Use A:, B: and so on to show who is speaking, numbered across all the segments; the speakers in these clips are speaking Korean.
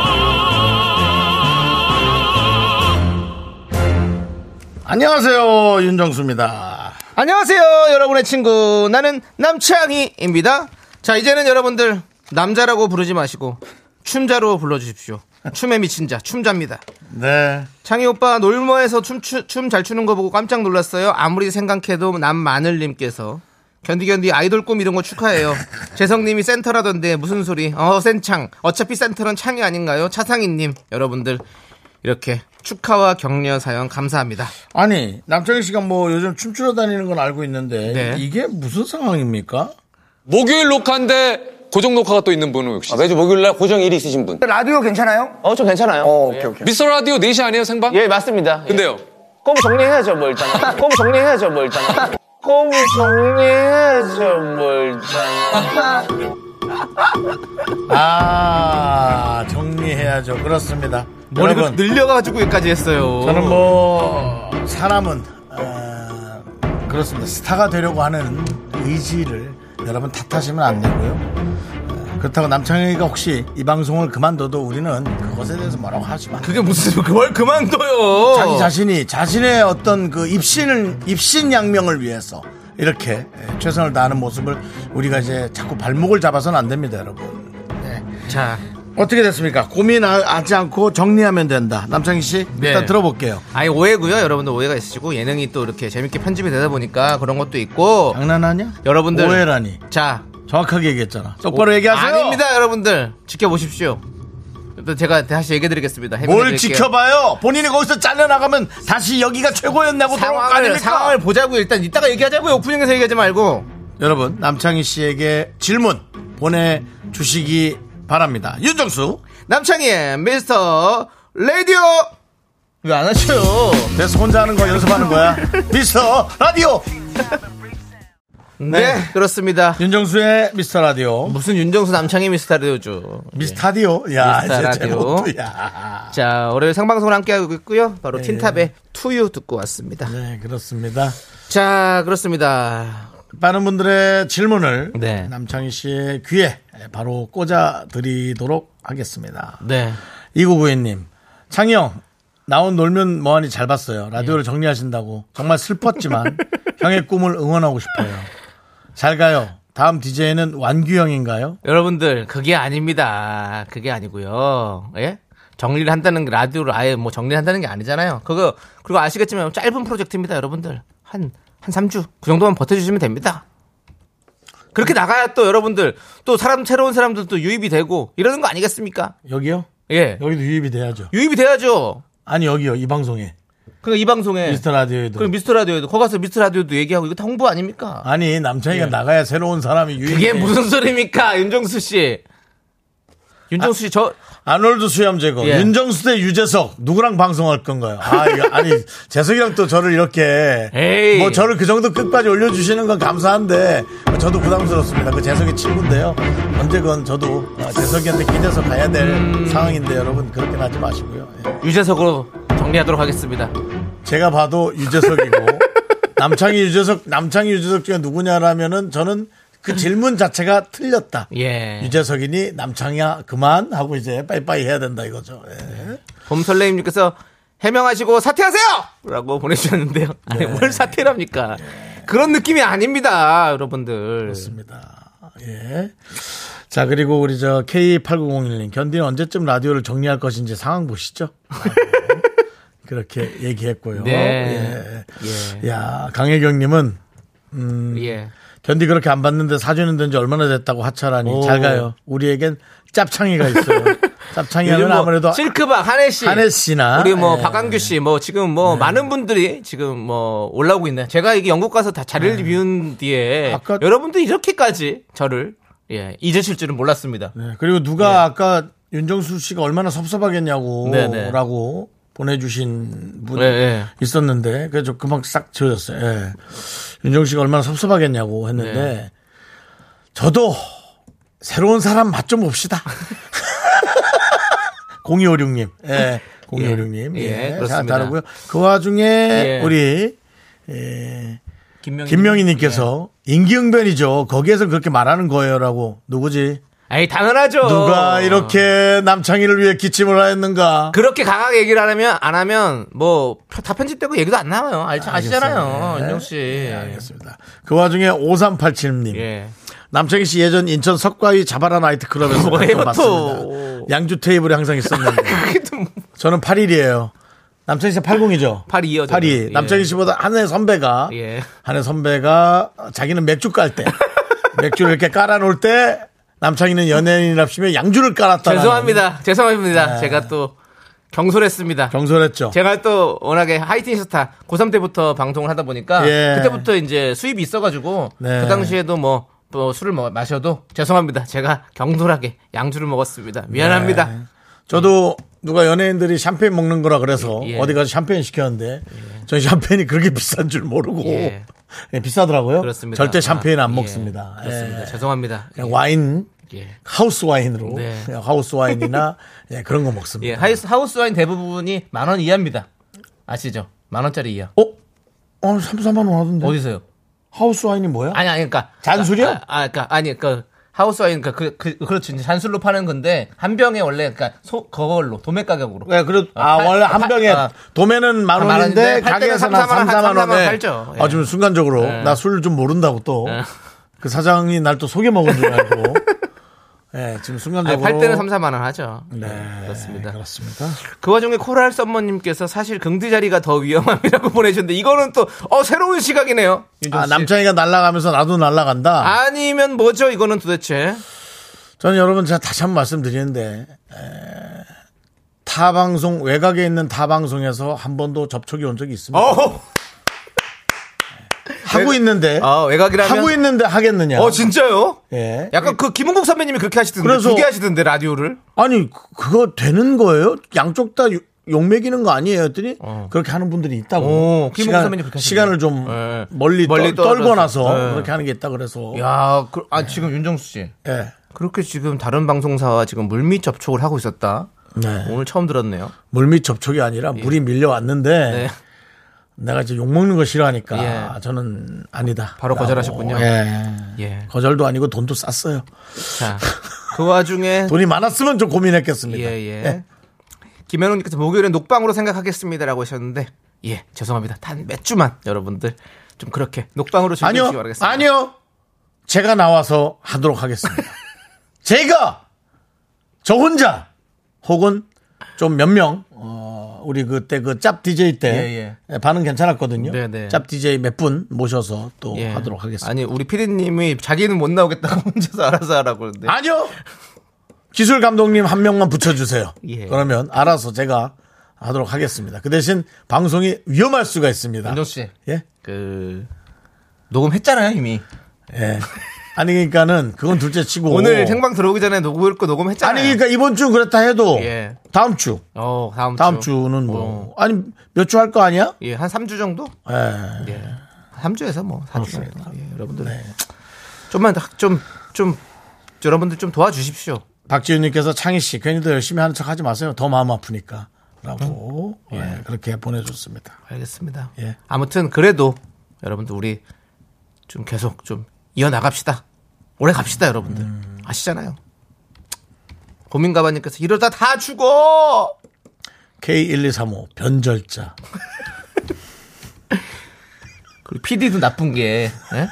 A: 안녕하세요 윤정수입니다.
B: 안녕하세요, 여러분의 친구. 나는 남창희입니다. 자, 이제는 여러분들, 남자라고 부르지 마시고, 춤자로 불러주십시오. 춤에 미친 자, 춤자입니다.
A: 네,
B: 창희 오빠 놀모에서 춤 잘 추는 거 보고 깜짝 놀랐어요. 아무리 생각해도 남마늘님께서 견디견디 아이돌 꿈 이런 거 축하해요. 재성님이 센터라던데 무슨 소리? 어 센창. 어차피 센터는 창이 아닌가요? 차상희님 여러분들 이렇게 축하와 격려 사연 감사합니다.
A: 아니 남창희 씨가 뭐 요즘 춤추러 다니는 건 알고 있는데
B: 네.
A: 이게 무슨 상황입니까?
C: 목요일 녹화인데 고정 녹화가 또 있는 분은 역시
D: 아, 매주 목요일날 고정 일이 있으신 분.
E: 라디오 괜찮아요?
D: 어, 저 괜찮아요.
E: 어, 오케이, 오케이.
C: 미스터 라디오 4시 아니에요 생방?
D: 예, 맞습니다. 예.
C: 근데요
D: 꼼 정리해야죠, 뭐, 일단. 꼼 정리해야죠, 뭐, 일단. 꼼 정리해야죠, 뭐, 일단.
A: 아 정리해야죠. 그렇습니다.
B: 머리 그
A: 여러분,
B: 늘려가지고 여기까지 했어요.
A: 저는 뭐 사람은 아, 그렇습니다. 스타가 되려고 하는 의지를 여러분 탓하시면 안 되고요. 아, 그렇다고 남창희가 혹시 이 방송을 그만둬도 우리는 그것에 대해서 뭐라고 하지 마.
B: 그게 무슨 그걸 그만둬요.
A: 자기 자신이 자신의 어떤 그 입신을 입신 양명을 위해서 이렇게 예, 최선을 다하는 모습을 우리가 이제 자꾸 발목을 잡아서는 안 됩니다, 여러분. 네.
B: 자,
A: 어떻게 됐습니까? 고민하지 않고 정리하면 된다. 남창희 씨 일단
B: 네.
A: 들어볼게요.
B: 아니 오해고요. 여러분들 오해가 있으시고 예능이 또 이렇게 재밌게 편집이 되다 보니까 그런 것도 있고
A: 장난하냐?
B: 여러분들
A: 오해라니.
B: 자
A: 정확하게 얘기했잖아. 똑바로
B: 오-
A: 얘기하세요.
B: 아닙니다, 여러분들. 지켜보십시오. 또 제가 다시 얘기해드리겠습니다.
A: 뭘
B: 해명해드릴게요.
A: 지켜봐요? 본인이 거기서 잘려나가면 다시 여기가 최고였냐고 돌아올 거
B: 상황을
A: 아닙니까?
B: 상황을 보자고요. 일단 이따가 얘기하자고요. 오프닝에서 얘기하지 말고.
A: 여러분 남창희 씨에게 질문 보내주시기 바랍니다. 윤정수
B: 남창희의 미스터 라디오 왜 안 하셔요?
A: 그래서 혼자 하는 거 연습하는 거야. 미스터 라디오.
B: 네. 그렇습니다.
A: 윤정수의 미스터 라디오.
B: 무슨 윤정수 남창희 미스터 라디오죠.
A: 미스타디오. 야,
B: 미스터
A: 이제
B: 라디오.
A: 제목도 야.
B: 자, 월요일 생방송을 함께하고 있고요. 바로 틴탑의 투유 듣고 왔습니다.
A: 네, 그렇습니다.
B: 자, 그렇습니다.
A: 많은 분들의 질문을
B: 네.
A: 남창희 씨의 귀에 바로 꽂아 드리도록 하겠습니다.
B: 네.
A: 이구구이님, 창희 형, 나온 놀면 뭐하니 잘 봤어요.
B: 예.
A: 라디오를 정리하신다고. 정말 슬펐지만, 형의 꿈을 응원하고 싶어요. 잘 가요. 다음 DJ는 완규형인가요?
B: 여러분들 그게 아닙니다. 그게 아니고요. 예? 정리를 한다는 게 라디오를 아예 뭐 정리를 한다는 게 아니잖아요. 그거 그리고 아시겠지만 짧은 프로젝트입니다, 여러분들. 한 한 삼 주 그 정도만 버텨 주시면 됩니다. 그렇게 나가야 또 여러분들 또 사람 새로운 사람들도 유입이 되고 이러는 거 아니겠습니까?
A: 여기요?
B: 예.
A: 여기도 유입이 돼야죠.
B: 유입이 돼야죠.
A: 아니, 여기요. 이 방송에.
B: 그러니까 이 방송에
A: 미스터 라디오에도.
B: 네. 그럼 미스터 라디오에도 거 가서 미스터 라디오도 얘기하고 이거 다 홍보 아닙니까?
A: 아니 네. 남창이가 나가야 새로운 사람이 유입.
B: 예. 그게 무슨 소리입니까? 윤정수 씨. 윤정수 씨 저
A: 아놀드 수염 제거.
B: 예.
A: 윤정수 대 유재석 누구랑 방송할 건가요? 아 이거 아니 재석이랑 또 저를 이렇게
B: 에이.
A: 뭐 저를 그 정도 끝까지 올려주시는 건 감사한데 저도 부담스럽습니다. 그 재석이 친구인데요. 언제건 저도 아, 재석이한테 기대서 가야 될
B: 음.
A: 상황인데 여러분 그렇게 하지 마시고요. 예.
B: 유재석으로 정리하도록 하겠습니다.
A: 제가 봐도 유재석이고 남창희 유재석 남창희 유재석 중에 누구냐라면은 저는 그 질문 자체가 틀렸다.
B: 예.
A: 유재석이니 남창이야 그만 하고 이제 빠이빠이 해야 된다 이거죠. 예.
B: 봄설레임님께서 해명하시고 사퇴하세요! 라고 보내주셨는데요.
A: 네.
B: 아니, 뭘 사퇴랍니까? 그런 느낌이 아닙니다, 여러분들.
A: 그렇습니다. 예. 자 그리고 우리 저 K8901님 견디는 언제쯤 라디오를 정리할 것인지 상황 보시죠. 라고 그렇게 얘기했고요.
B: 네.
A: 예. 야 강혜경님은 음.
B: 예.
A: 견디 그렇게 안 봤는데 사주는 된 지 얼마나 됐다고 하차라니 잘 가요. 우리에겐 짭창이가 있어요. 짭창이
B: 요즘
A: 하면
B: 뭐
A: 아무래도
B: 실크박 한혜 씨.
A: 한혜 씨나
B: 예. 우리 뭐
A: 예. 네.
B: 박한규 씨, 뭐 지금 뭐 많은 분들이 지금 뭐 올라오고 있네요. 제가 이게 영국 가서 다 자리를 비운 뒤에
A: 네. 아까-
B: 여러분들 이렇게까지 저를 예, 잊으실 줄은
A: 예.
B: 몰랐습니다.
A: 네, 그리고 누가 아까 윤정수 씨가 얼마나 섭섭하겠냐고
B: 예. 네네.
A: 라고 보내주신 분이
B: 예, 예.
A: 있었는데 그래서 금방 싹 지워졌어요. 예. 윤정 씨가 얼마나 섭섭하겠냐고 했는데
B: 네.
A: 저도 새로운 사람 맛 좀 봅시다. 0256님. 예. 0256님.
B: 예,
A: 예. 잘
B: 그렇습니다.
A: 다르고요. 그 와중에
B: 예.
A: 우리
B: 김명희. 예.
A: 김명희님께서 인기응변이죠. 거기에서 그렇게 말하는 거예요라고 누구지?
B: 아니 당연하죠.
A: 누가 이렇게 남창희를 위해 기침을 하였는가?
B: 그렇게 강하게 얘기를 안 하면 안 하면 뭐 다 편집되고 얘기도 안 나와요. 알, 아시잖아요,
A: 알겠어요.
B: 윤정 씨.
A: 예, 알겠습니다. 그 와중에 5387님.
B: 네, 예.
A: 남창희 씨 예전 인천 석가위 자바라 나이트클럽에서
B: 뭐예요,
A: 가끔
B: 또? 뭐.
A: 봤습니다. 양주 테이블에 항상 있었는데. 저는 8일이에요. 남창희 씨 80이죠?
B: 82 요, 저는.
A: 82.
B: 예.
A: 남창희 씨보다 한 해 선배가
B: 예.
A: 한 해 선배가 자기는 맥주 깔 때 맥주를 이렇게 깔아 놓을 때 남창희는 연예인이랍시며 양주를 깔았다.
B: 죄송합니다. 죄송합니다.
A: 네.
B: 제가 또 경솔했습니다.
A: 경솔했죠.
B: 어. 제가 또 워낙에 하이틴 스타 고3 때부터 방송을 하다 보니까
A: 예.
B: 그때부터 이제 수입이 있어가지고
A: 네.
B: 그 당시에도 뭐, 뭐 술을 먹- 마셔도 죄송합니다. 제가 경솔하게 양주를 먹었습니다. 미안합니다.
A: 네. 저도 누가 연예인들이 샴페인 먹는 거라 그래서
B: 예.
A: 어디 가서 샴페인 시켰는데 저희 샴페인이 그렇게 비싼 줄 모르고
B: 예.
A: 예, 비싸더라고요.
B: 그렇습니다.
A: 절대 샴페인 안
B: 아, 예.
A: 먹습니다.
B: 그렇습니다.
A: 예.
B: 죄송합니다.
A: 그냥 와인
B: 예.
A: 하우스 와인으로
B: 네.
A: 그냥 하우스 와인이나 예, 그런 거
B: 예,
A: 먹습니다.
B: 하이스, 하우스 와인 대부분이 만 원 이하입니다. 아시죠? 만 원짜리 이하.
A: 어? 어, 3, 4만 원 하던데.
B: 어디서요?
A: 하우스 와인이 뭐야?
B: 아니 아니 그러니까
A: 잔술이요?
B: 아, 아 그러니까 아니 그 하우스 와인 그러니까 그, 그 그렇죠. 이제 잔술로 파는 건데 한 병에 원래 그러니까 소 그걸로 도매 가격으로.
A: 예, 그래 아,
B: 아, 팔-
A: 원래 한
B: 팔-
A: 병에
B: 아.
A: 도매는 만
B: 아, 만
A: 원인데
B: 원인데 팔 때는
A: 가게에서는
B: 삼,
A: 3,
B: 사만 원,
A: 4만
B: 삼, 사만
A: 원에
B: 원 팔죠. 예.
A: 아, 지금 순간적으로 나 술 좀 모른다고 또 그 사장이 날 또 속여 먹은 줄 알고 예, 지금
B: 아니,
A: 순간적으로
B: 팔 때는 3, 4만 원 하죠.
A: 네,
B: 그렇습니다.
A: 그렇습니다.
B: 그 와중에 코랄 썸머님께서 사실 긍디 자리가 더 위험함이라고 보내주셨는데 이거는 또 어 새로운 시각이네요.
A: 아, 남창이가 날아가면서 나도 날아간다.
B: 아니면 뭐죠 이거는 도대체?
A: 저는 여러분 제가 다시 한 번 말씀드리는데 에, 타 방송 외곽에 있는 타 방송에서 한 번도 접촉이 온 적이 있습니다.
B: 어,
A: 하고 있는데
B: 아 외곽이라면.
A: 하고 있는데 하겠느냐?
B: 어 진짜요?
A: 예.
B: 약간 그 김은국 선배님이 그렇게 하시던데
A: 그래서-
B: 두 개 하시던데 라디오를.
A: 아니 그- 그거 되는 거예요? 양쪽 다 욕- 욕먹이는 거 아니에요? 했더니 그렇게 하는 분들이 있다고.
B: 오, 어. 김홍수
A: 시간,
B: 선배님 그렇게 하시네요.
A: 시간을 좀
B: 예.
A: 멀리,
B: 멀리
A: 떨,
B: 떨어져서.
A: 떨고 나서
B: 예.
A: 그렇게 하는 게 있다 그래서.
B: 야, 그, 아 지금 윤정수 씨.
A: 예.
B: 그렇게 지금 다른 방송사와 지금 물밑 접촉을 하고 있었다.
A: 네.
B: 오늘 처음 들었네요.
A: 물밑 접촉이 아니라 물이 밀려왔는데
B: 예. 네.
A: 내가 이제 욕먹는 거 싫어하니까
B: 예.
A: 저는 아니다.
B: 바로 거절하셨군요.
A: 예.
B: 예.
A: 거절도 아니고 돈도 쌌어요.
B: 자, 그 와중에
A: 돈이 많았으면 좀 고민했겠습니다.
B: 예, 예. 김현웅님께서 목요일에 녹방으로 생각하겠습니다라고 하셨는데 예, 죄송합니다. 단 몇 주만 여러분들 좀 그렇게 녹방으로 즐기시기
A: 아니요,
B: 바라겠습니다.
A: 아니요. 제가 나와서 하도록 하겠습니다. 제가 저 혼자 혹은 좀 몇 명, 어, 우리 그때 그 짭 DJ 때 예, 반응 괜찮았거든요.
B: 예, 네, 네.
A: 짭 DJ 몇 분 모셔서 또
B: 예.
A: 하도록 하겠습니다.
B: 아니, 우리 피디님이 자기는 못 나오겠다고 혼자서 알아서 하라고 그러는데.
A: 아니요. 기술 감독님 한 명만 붙여주세요.
B: 예.
A: 그러면 알아서 제가 하도록 하겠습니다. 그 대신 방송이 위험할 수가 있습니다.
B: 윤정 씨.
A: 예?
B: 그 녹음했잖아요, 이미.
A: 예. 아니 그러니까는 그건 둘째 치고
B: 오늘 생방 들어오기 전에 녹음을 거 녹음했잖아요.
A: 아니 그러니까 이번 주 그렇다 해도
B: 네. 예.
A: 다음 주
B: 어, 다음,
A: 다음
B: 주.
A: 주는 뭐 아니 몇 주 할 거 아니야?
B: 예, 한 3주 정도?
A: 예.
B: 예. 3주에서 뭐 4주 정도. 예, 여러분들.
A: 네.
B: 좀만 좀좀 좀, 여러분들 좀 도와주십시오.
A: 박지윤님께서 창희 씨 괜히 더 열심히 하는 척하지 마세요. 더 마음 아프니까라고 예, 그렇게 보내줬습니다.
B: 알겠습니다.
A: 예.
B: 아무튼 그래도 여러분들 우리 좀 계속 좀 이어 나갑시다. 오래 갑시다, 여러분들.
A: 음.
B: 아시잖아요. 고민 가방님께서 이러다 다 죽어.
A: K1235 변절자
B: 그리고 PD도 나쁜 게 예?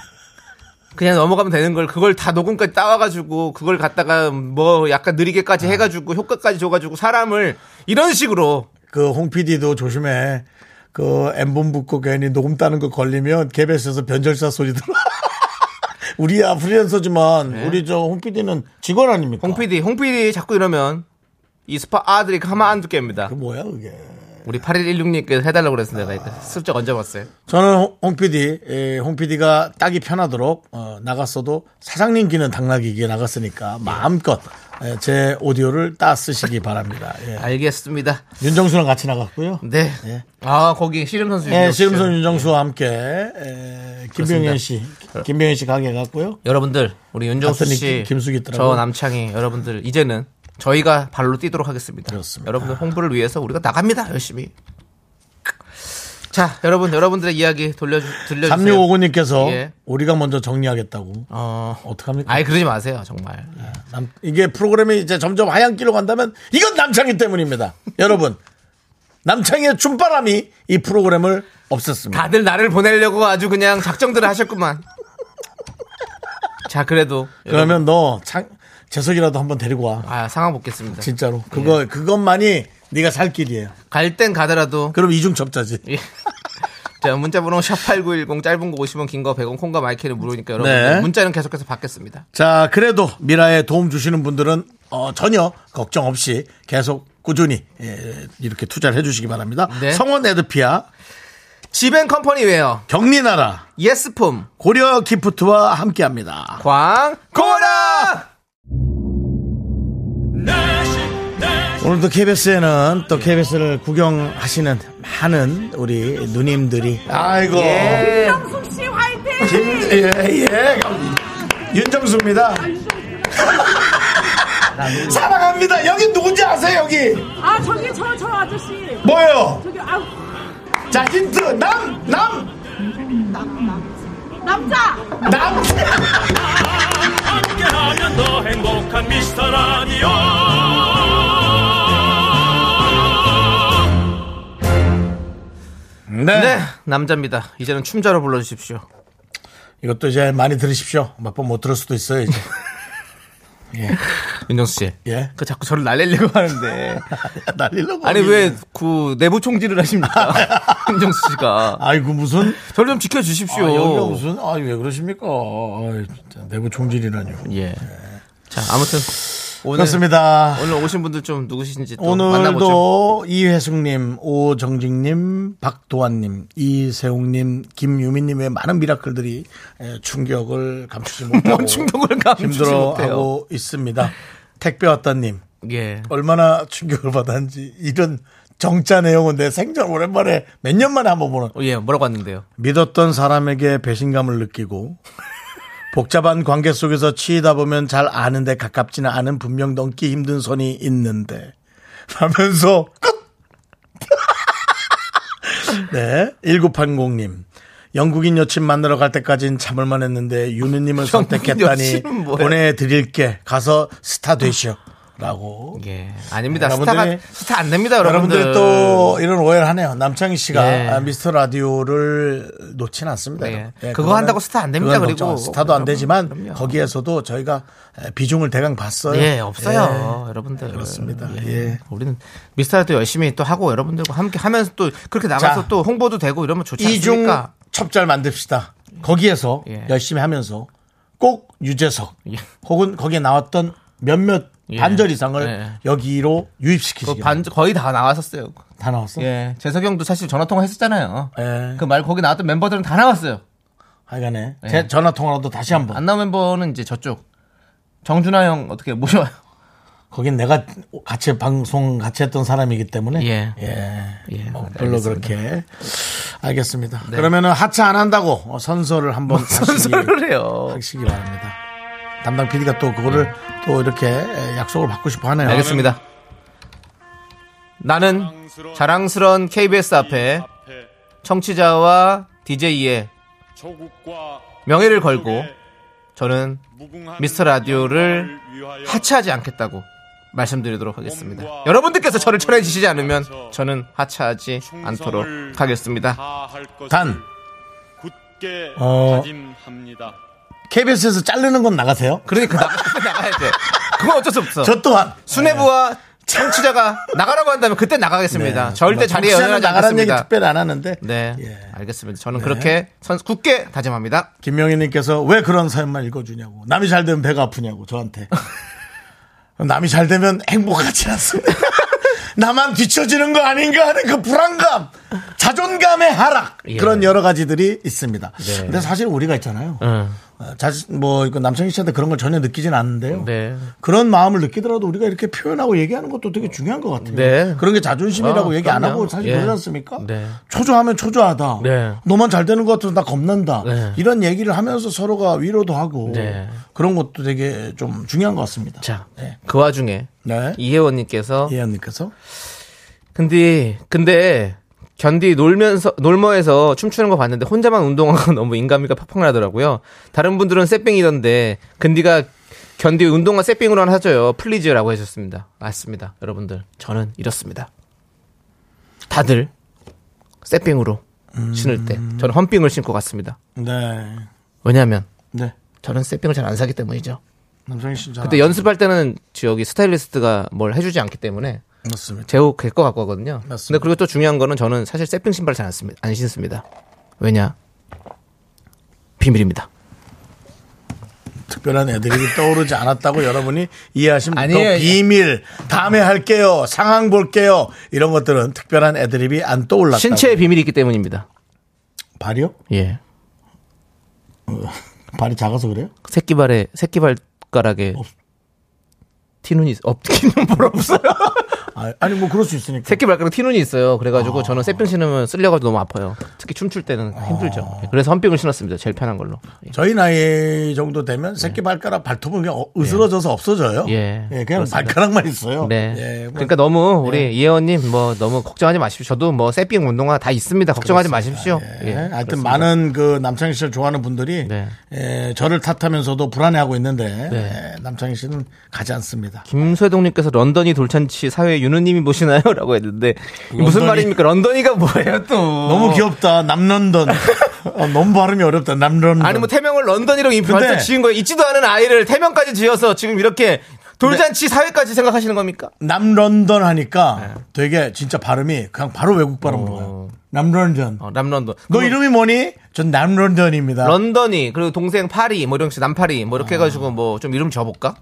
B: 그냥 넘어가면 되는 걸 그걸 다 녹음까지 따와가지고 그걸 갖다가 뭐 약간 느리게까지
A: 아.
B: 해가지고 효과까지 줘가지고 사람을 이런 식으로
A: 그 홍 PD도 조심해. 그 엠본 붙고 괜히 녹음 따는 거 걸리면 개별에서 변절사 소리 들어. 우리야 프리랜서지만 우리 저 홍 PD는 직원 아닙니까?
B: 네. 홍 PD 홍 PD 자꾸 이러면 이 스파 아들이 가만 안 두게입니다.
A: 그 뭐야 그게?
B: 우리 8116님께서 해달라고 그래서 내가 이때 슬쩍 얹어봤어요.
A: 저는 홍- 홍 PD, 예, 홍 PD가 딱이 편하도록 어, 나갔어도 사장님 귀는 당나귀 귀에 나갔으니까 마음껏 예, 제 오디오를 따 쓰시기 바랍니다. 예.
B: 알겠습니다.
A: 윤정수랑 같이 나갔고요.
B: 네.
A: 예.
B: 아, 거기 씨름 네. 선수.
A: 예,
B: 유명하시죠?
A: 씨름선 윤정수와 함께 예, 김병현 씨,
B: 어.
A: 김병현 씨 가게 갔고요.
B: 여러분들, 우리 윤정수
A: 갔더니
B: 씨,
A: 김- 김숙이 있더라고요.
B: 저 남창희, 여러분들 이제는 저희가 발로 뛰도록 하겠습니다.
A: 그렇습니다.
B: 여러분들 홍보를 위해서 우리가 나갑니다. 열심히. 자, 여러분, 여러분들의 이야기 돌려 들려주세요.
A: 3659님께서
B: 네, 예.
A: 우리가 먼저 정리하겠다고.
B: 어,
A: 어떡합니까?
B: 아이 그러지 마세요, 정말.
A: 남- 이게 프로그램이 이제 점점 하얀길로 간다면 이건 남창희 때문입니다. 여러분, 남창희의 춤바람이 이 프로그램을 없앴습니다.
B: 다들 나를 보내려고 아주 그냥 작정들을 하셨구만. 자, 그래도 여러분,
A: 그러면 너 창, 재석이라도 한번 데리고 와.
B: 아 상황 보겠습니다.
A: 진짜로. 그거, 그것만이 네가 살 길이에요.
B: 갈 땐 가더라도
A: 그럼 이중 접자지.
B: 예. 자, 문자번호 샵8910 짧은 거 50원, 긴 거 100원, 콩과 마이크는 무료니까 여러분
A: 네.
B: 들 문자는 계속해서 받겠습니다.
A: 자, 그래도 미라에 도움 주시는 분들은 어, 전혀 걱정 없이 계속 꾸준히 예, 이렇게 투자를 해주시기 바랍니다.
B: 네.
A: 성원 에드피아,
B: 지벤컴퍼니 웨어,
A: 경리나라,
B: 예스품,
A: 고려 기프트와 함께합니다.
B: 광, 고라!
A: 오늘도 KBS에는 또 KBS를 구경하시는 많은 우리 누님들이 예. 아이고
B: 예.
E: 윤정수 씨 화이팅!
A: 김예예 윤정수입니다. 사랑합니다. 여기 누군지 아세요? 여기
E: 아 저기 저 저 아저씨
A: 뭐예요?
E: 저기 아
A: 자 힌트 남남
E: 남자
A: 남.
F: 함께하면 더 행복한 미스터 라디오
A: 네.
B: 네, 남자입니다. 이제는 춤자로 불러주십시오.
A: 이것도 이제 많이 들으십시오. 몇 번 못 들을 수도 있어요. 이제.
B: 윤정수 씨.
A: 예.
B: 그 자꾸 저를 날리려고 하는데.
A: 날리려고.
B: 아니,
A: 하긴.
B: 왜, 그, 내부 총질을 하십니까? 윤정수 씨가.
A: 아이고 무슨
B: 저를 좀
A: 아, 여기가
B: 지켜주십시오.
A: 무슨 아 왜 그러십니까? 아이, 진짜 내부 총질이라뇨.
B: 예. 자, 아무튼. 오늘,
A: 그렇습니다.
B: 오늘 오신 분들 좀 누구신지 또 만나보죠.
A: 오늘도 이회숙님, 오정직님, 박도환님, 이세웅님, 김유민님 의 많은 미라클들이 에, 충격을 감추지 못하고
B: 뭔 충격을 감추지 못해요.
A: 힘들어하고 있습니다. 택배 왔다님
B: 예.
A: 얼마나 충격을 받았는지 이런 정자 내용은 내 생전 오랜만에 몇 년 만에 한번 보는
B: 예, 뭐라고 왔는데요?
A: 믿었던 사람에게 배신감을 느끼고 복잡한 관계 속에서 치이다 보면 잘 아는데 가깝지는 않은 분명 넘기 힘든 선이 있는데 하면서 끝! 네, 1980님. 영국인 여친 만나러 갈 때까진 참을만 했는데 유느님을 선택했다니
B: 여친은 뭐예요?
A: 보내드릴게 가서 스타 되시오 라고
B: 예. 아닙니다.
A: 여러분들이-
B: 스타가, 스타 안 됩니다, 여러분들.
A: 여러분들이 또 이런 오해를 하네요. 남창희 씨가
B: 예.
A: 아, 미스터 라디오를 놓진 않습니다.
B: 예.
A: 여러분.
B: 그거
A: 그거는-
B: 한다고 스타 안 됩니다,
A: 그건
B: 그리고.
A: 걱정- 스타도 안
B: 여러분,
A: 되지만
B: 그럼요.
A: 거기에서도 저희가 비중을 대강 봤어요.
B: 예, 없어요. 여러분들.
A: 그렇습니다.
B: 예.
A: 예.
B: 우리는 미스터라도 열심히 또 하고 여러분들과 함께 하면서 또 그렇게 나가서
A: 자,
B: 또 홍보도 되고 이러면 좋지
A: 예. 이중
B: 않습니까?
A: 첩잘 만듭시다. 거기에서
B: 예.
A: 열심히 하면서 꼭 유재석
B: 예.
A: 혹은 거기에 나왔던 몇몇
B: 예.
A: 반절 이상을
B: 예.
A: 여기로
B: 그
A: 유입시키시기
B: 반,
A: 반...
B: 거의 다 나왔었어요.
A: 다 나왔어?
B: 예. 재석이 형도 사실 전화통화 했었잖아요.
A: 예.
B: 그 말 거기 나왔던 멤버들은 다 나왔어요.
A: 하여간에
B: 예.
A: 제 전화 통화라도 다시 한번
B: 안 나온 멤버는 이제 저쪽. 정준하 형 어떻게 모셔와요?
A: 거긴 내가 같이 방송 같이 했던 사람이기 때문에
B: 예.
A: 예.
B: 예,
A: 뭐 별로 그렇게 알겠습니다. 그러면은 하차 안 한다고 어, 선서를 한번 하시기,
B: 네. 뭐 선서를 해요.
A: 하시기 바랍니다. 담당 PD가 또 그거를 또 이렇게 약속을 받고 싶어 하네요.
B: 네. 알겠습니다. 나는 자랑스러운 KBS 앞에 청취자와 DJ의 명예를 걸고 저는 미스터 라디오를 하차하지 않겠다고 말씀드리도록 하겠습니다. 여러분들께서 저를 철회해 주시지 않으면 저는 하차하지 않도록 하겠습니다.
A: 단 어, KBS에서 자르는 건 나가세요.
B: 그러니까 나- 나가야 돼. 그건 어쩔 수 없어.
A: 저 네. 또한
B: 수뇌부와 청취자가 나가라고 한다면 그때 나가겠습니다. 절대 자리에
A: 청취자는
B: 연연하지
A: 네. 뭐 나가라는 얘기
B: 않겠습니다.
A: 특별히 안 하는데
B: 네.
A: 예.
B: 알겠습니다. 저는 그렇게 선, 굳게 다짐합니다.
A: 김명희님께서 왜 그런 사연만 읽어주냐고 남이 잘 되면 배가 아프냐고 저한테 남이 잘 되면 행복하지 않습니다 나만 뒤처지는 거 아닌가 하는 그 불안감 자존감의 하락
B: 예.
A: 그런 여러 가지들이 있습니다.
B: 네.
A: 근데 사실 우리가 있잖아요.
B: 응.
A: 어, 자신 뭐 이거 남성희 씨한테 그런 걸 전혀 느끼진 않는데요.
B: 네.
A: 그런 마음을 느끼더라도 우리가 이렇게 표현하고 얘기하는 것도 되게 중요한 것 같아요.
B: 네.
A: 그런 게 자존심이라고
B: 아,
A: 얘기 안
B: 그럼요.
A: 하고 사실
B: 예.
A: 그러지 않습니까?
B: 네.
A: 초조하면 초조하다.
B: 네.
A: 너만 잘 되는 것 같아서 나 겁난다.
B: 네.
A: 이런 얘기를 하면서 서로가 위로도 하고
B: 네.
A: 그런 것도 되게 좀 중요한 것 같습니다.
B: 자,
A: 네.
B: 그 와중에
A: 네.
B: 이혜원님께서
A: 예언님께서
B: 근데 근데 견디 놀면서 놀머에서 춤추는 거 봤는데 혼자만 운동하고 너무 인간미가 팍팍 나더라고요. 다른 분들은 새삥이던데 근디가 견디 운동화 새삥으로는 하죠요. 플리즈라고 해줬습니다. 맞습니다, 여러분들. 저는 이렇습니다. 다들 새삥으로 신을 때 저는 헌삥을 신고 갔습니다.
A: 네.
B: 왜냐하면
A: 네.
B: 저는 새삥을 잘 안 사기 때문이죠.
A: 남성희 씨 잘.
B: 그때 연습할 때는 저기 스타일리스트가 뭘 해주지 않기 때문에
A: 맞습니다.
B: 제목일 것 같고 하거든요.
A: 맞습니다.
B: 근데 그리고 또 중요한 거는 저는 사실 세핑 신발 잘 안 씁니다. 안 신습니다. 왜냐? 비밀입니다.
A: 특별한 애드립이 떠오르지 않았다고 여러분이 이해하시면
B: 아니에요.
A: 또 비밀 다음에 할게요 상황 볼게요 이런 것들은 특별한 애드립이 안 떠올랐다.
B: 신체의 비밀이 있기 때문입니다.
A: 발이요?
B: 예.
A: 발이 작아서 그래요?
B: 새끼발에 새끼발가락에
A: 어.
B: 티눈이 있- 없 티눈 볼 없어요.
A: 아, 아니 뭐 그럴 수 있으니까.
B: 새끼발가락 티눈이 있어요.
A: 아.
B: 그래가지고 저는 새삥 신으면 쓸려가지고 너무 아파요. 특히 춤출 때는 힘들죠. 예. 그래서 헌삥을 신었습니다. 제일 편한 걸로. 예.
A: 저희 나이 정도 되면 새끼 발가락 발톱은 그냥 어- 으스러져서 없어져요.
B: 예.
A: 그냥
B: 그렇습니다.
A: 발가락만 있어요.
B: 네.
A: 예, 뭐
B: 그러니까 너무 우리 이혜원님 뭐 너무 걱정하지 마십시오. 저도 뭐 새삥 운동화 다 있습니다. 걱정하지 마십시오.
A: 예, 하여튼
B: 그렇습니다.
A: 많은 그 남창희 씨를 좋아하는 분들이
B: 네.
A: 예, 저를 탓하면서도 불안해하고 있는데
B: 네.
A: 예, 남창희 씨는 가지 않습니다.
B: 김세동님께서 런던이 돌잔치 사회 유느님이 보시나요?라고 했는데 이게 무슨
A: 런던이-
B: 말입니까? 런던이가 뭐예요 또?
A: 너무 귀엽다. 남런던. 어, 너무 발음이 어렵다. 남런던.
B: 아니 뭐 태명을 런던이라고 인프란트
A: 근데-
B: 지은 거예요. 있지도 않은 아이를 태명까지 지어서 지금 이렇게 돌잔치 사회까지 생각하시는 겁니까?
A: 남런던 하니까
B: 네.
A: 되게 진짜 발음이 그냥 바로 외국 발음으로 가요. 남런던.
B: 어, 남런던.
A: 너
B: 그리고
A: 이름이 뭐니? 전 남런던입니다.
B: 런던이 그리고 동생 파리 뭐 이런 식 남파리 뭐
A: 아.
B: 이렇게 해가지고 뭐 좀 이름 줘볼까?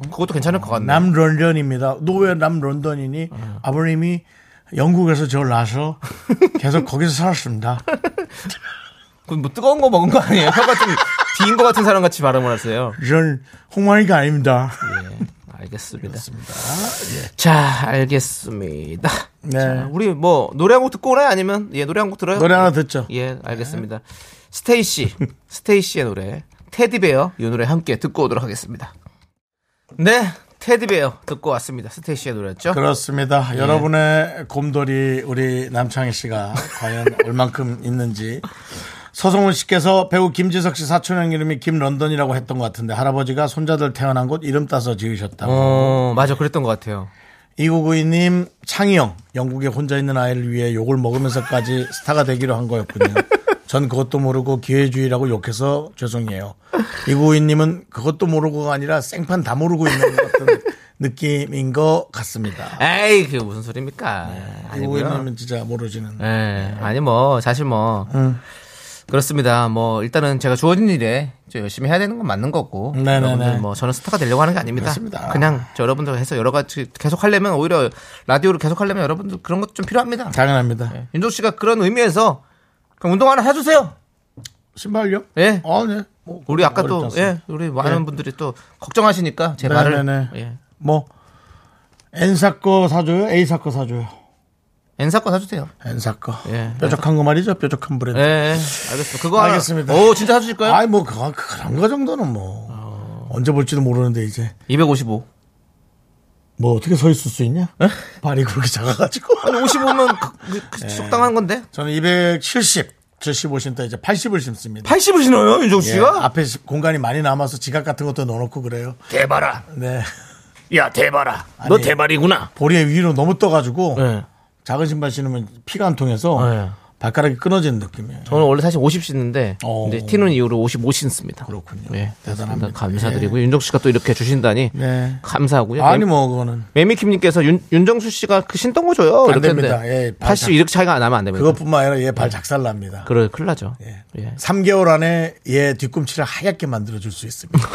B: 그것도 괜찮을 것 같네.
A: 남런던입니다. 너 왜 남런던이니? 아버님이 영국에서 저를 낳아서 계속 거기서 살았습니다.
B: 그럼 뭐 뜨거운 거 먹은 거 아니에요? 혀가 좀 뒤인 거 같은 사람 같이 발음을 하세요.
A: 전 홍만이가 아닙니다.
B: 예, 알겠습니다. 자, 알겠습니다.
A: 네.
B: 자, 우리 뭐 노래 한 곡 듣고 오나요? 아니면 예 노래 한 곡 들어요?
A: 노래 하나 듣죠.
B: 예, 알겠습니다. 스테이시, 스테이시의 노래 테디베어 이 노래 함께 듣고 오도록 하겠습니다. 네, 테디베어 듣고 왔습니다. 스테이시의 노래였죠.
A: 그렇습니다. 여러분의 곰돌이 우리 남창희 씨가 과연 얼만큼 있는지. 서성훈 씨께서 배우 김지석 씨 사촌형 이름이 김런던이라고 했던 것 같은데 할아버지가 손자들 태어난 곳 이름 따서 지으셨다고.
B: 어, 맞아, 그랬던 것 같아요.
A: 이구구이님 창희형 영국에 혼자 있는 아이를 위해 욕을 먹으면서까지 스타가 되기로 한 거였군요. 전 그것도 모르고 기회주의라고 욕해서 죄송해요. 이구구이님은 그것도 모르고가 아니라 생판 다 모르고 있는 것 같은 느낌인 것 같습니다.
B: 에이, 그게 무슨 소리입니까?
A: 네, 그
B: 아니고요.
A: 이구구이님은 진짜 모르시는.
B: 예,
A: 네.
B: 아니 뭐 사실 뭐 그렇습니다. 뭐 일단은 제가 주어진 일에 저 열심히 해야 되는 건 맞는 거고.
A: 네네네.
B: 여러분들 뭐 저는 스타가 되려고 하는 게 아닙니다.
A: 그렇습니다.
B: 그냥 저 여러분들 해서 여러 가지 계속 하려면 오히려 라디오를 계속 하려면 여러분들 그런 것좀 필요합니다.
A: 당연합니다.
B: 윤종 씨가 그런 의미에서 그냥 운동 하나 해주세요.
A: 신발요?
B: 예.
A: 아, 네. 뭐,
B: 우리 아까 또
A: 어렵지 않습니다.
B: 예, 우리 많은
A: 네.
B: 분들이 또 걱정하시니까 제 말을
A: 네네네.
B: 예.
A: 뭐, N사 거 사줘요? A사 거 사줘요?
B: N사 건 사주세요.
A: N사 거.
B: 예.
A: 뾰족한 거 말이죠? 뾰족한 브랜드.
B: 예, 예. 알겠습니다. 그거 하나-
A: 알겠습니다.
B: 오, 진짜 사주실 거예요?
A: 아이, 뭐, 그, 그런 거 정도는 뭐. 언제 볼지도 모르는데, 이제.
B: 255.
A: 뭐, 어떻게 서 있을 수 있냐? 발이 그렇게 작아가지고.
B: 아니 55면 그,
A: 네.
B: 그, 적당한 건데.
A: 저는 270, 75신다 이제 80을 심습니다.
B: 80을 신어요, 윤종
A: 예, 앞에 시- 공간이 많이 남아서 지갑 같은 것도 넣어놓고 그래요.
B: 대바라.
A: 네.
B: 야, 대바라.
A: 아니.
B: 너 대발이구나.
A: 보리에 위로 너무 떠가지고.
B: 예.
A: 작은 신발 신으면 피가 안 통해서
B: 예.
A: 발가락이 끊어지는 느낌이에요.
B: 저는 원래 사실 50 신는데,
A: 오.
B: 근데 티눈 이후로 55 신습니다.
A: 어. 그렇군요.
B: 예.
A: 대단합니다.
B: 감사드리고, 윤종 씨가 또 이렇게 주신다니.
A: 네.
B: 감사하고요.
A: 아니
B: 매-
A: 뭐 그거는
B: 매미킴님께서 윤, 윤정수 씨가 그 신던 거 줘요.
A: 안
B: 이렇게
A: 됩니다.
B: 했는데
A: 예,
B: 80 이렇게 차이가 나면 안 됩니다.
A: 그것뿐만 아니라 얘
B: 네.
A: 발 작살납니다.
B: 그래, 큰일 나죠.
A: 예.
B: 예.
A: 3개월 안에 얘 뒤꿈치를 하얗게 만들어 줄 수 있습니다.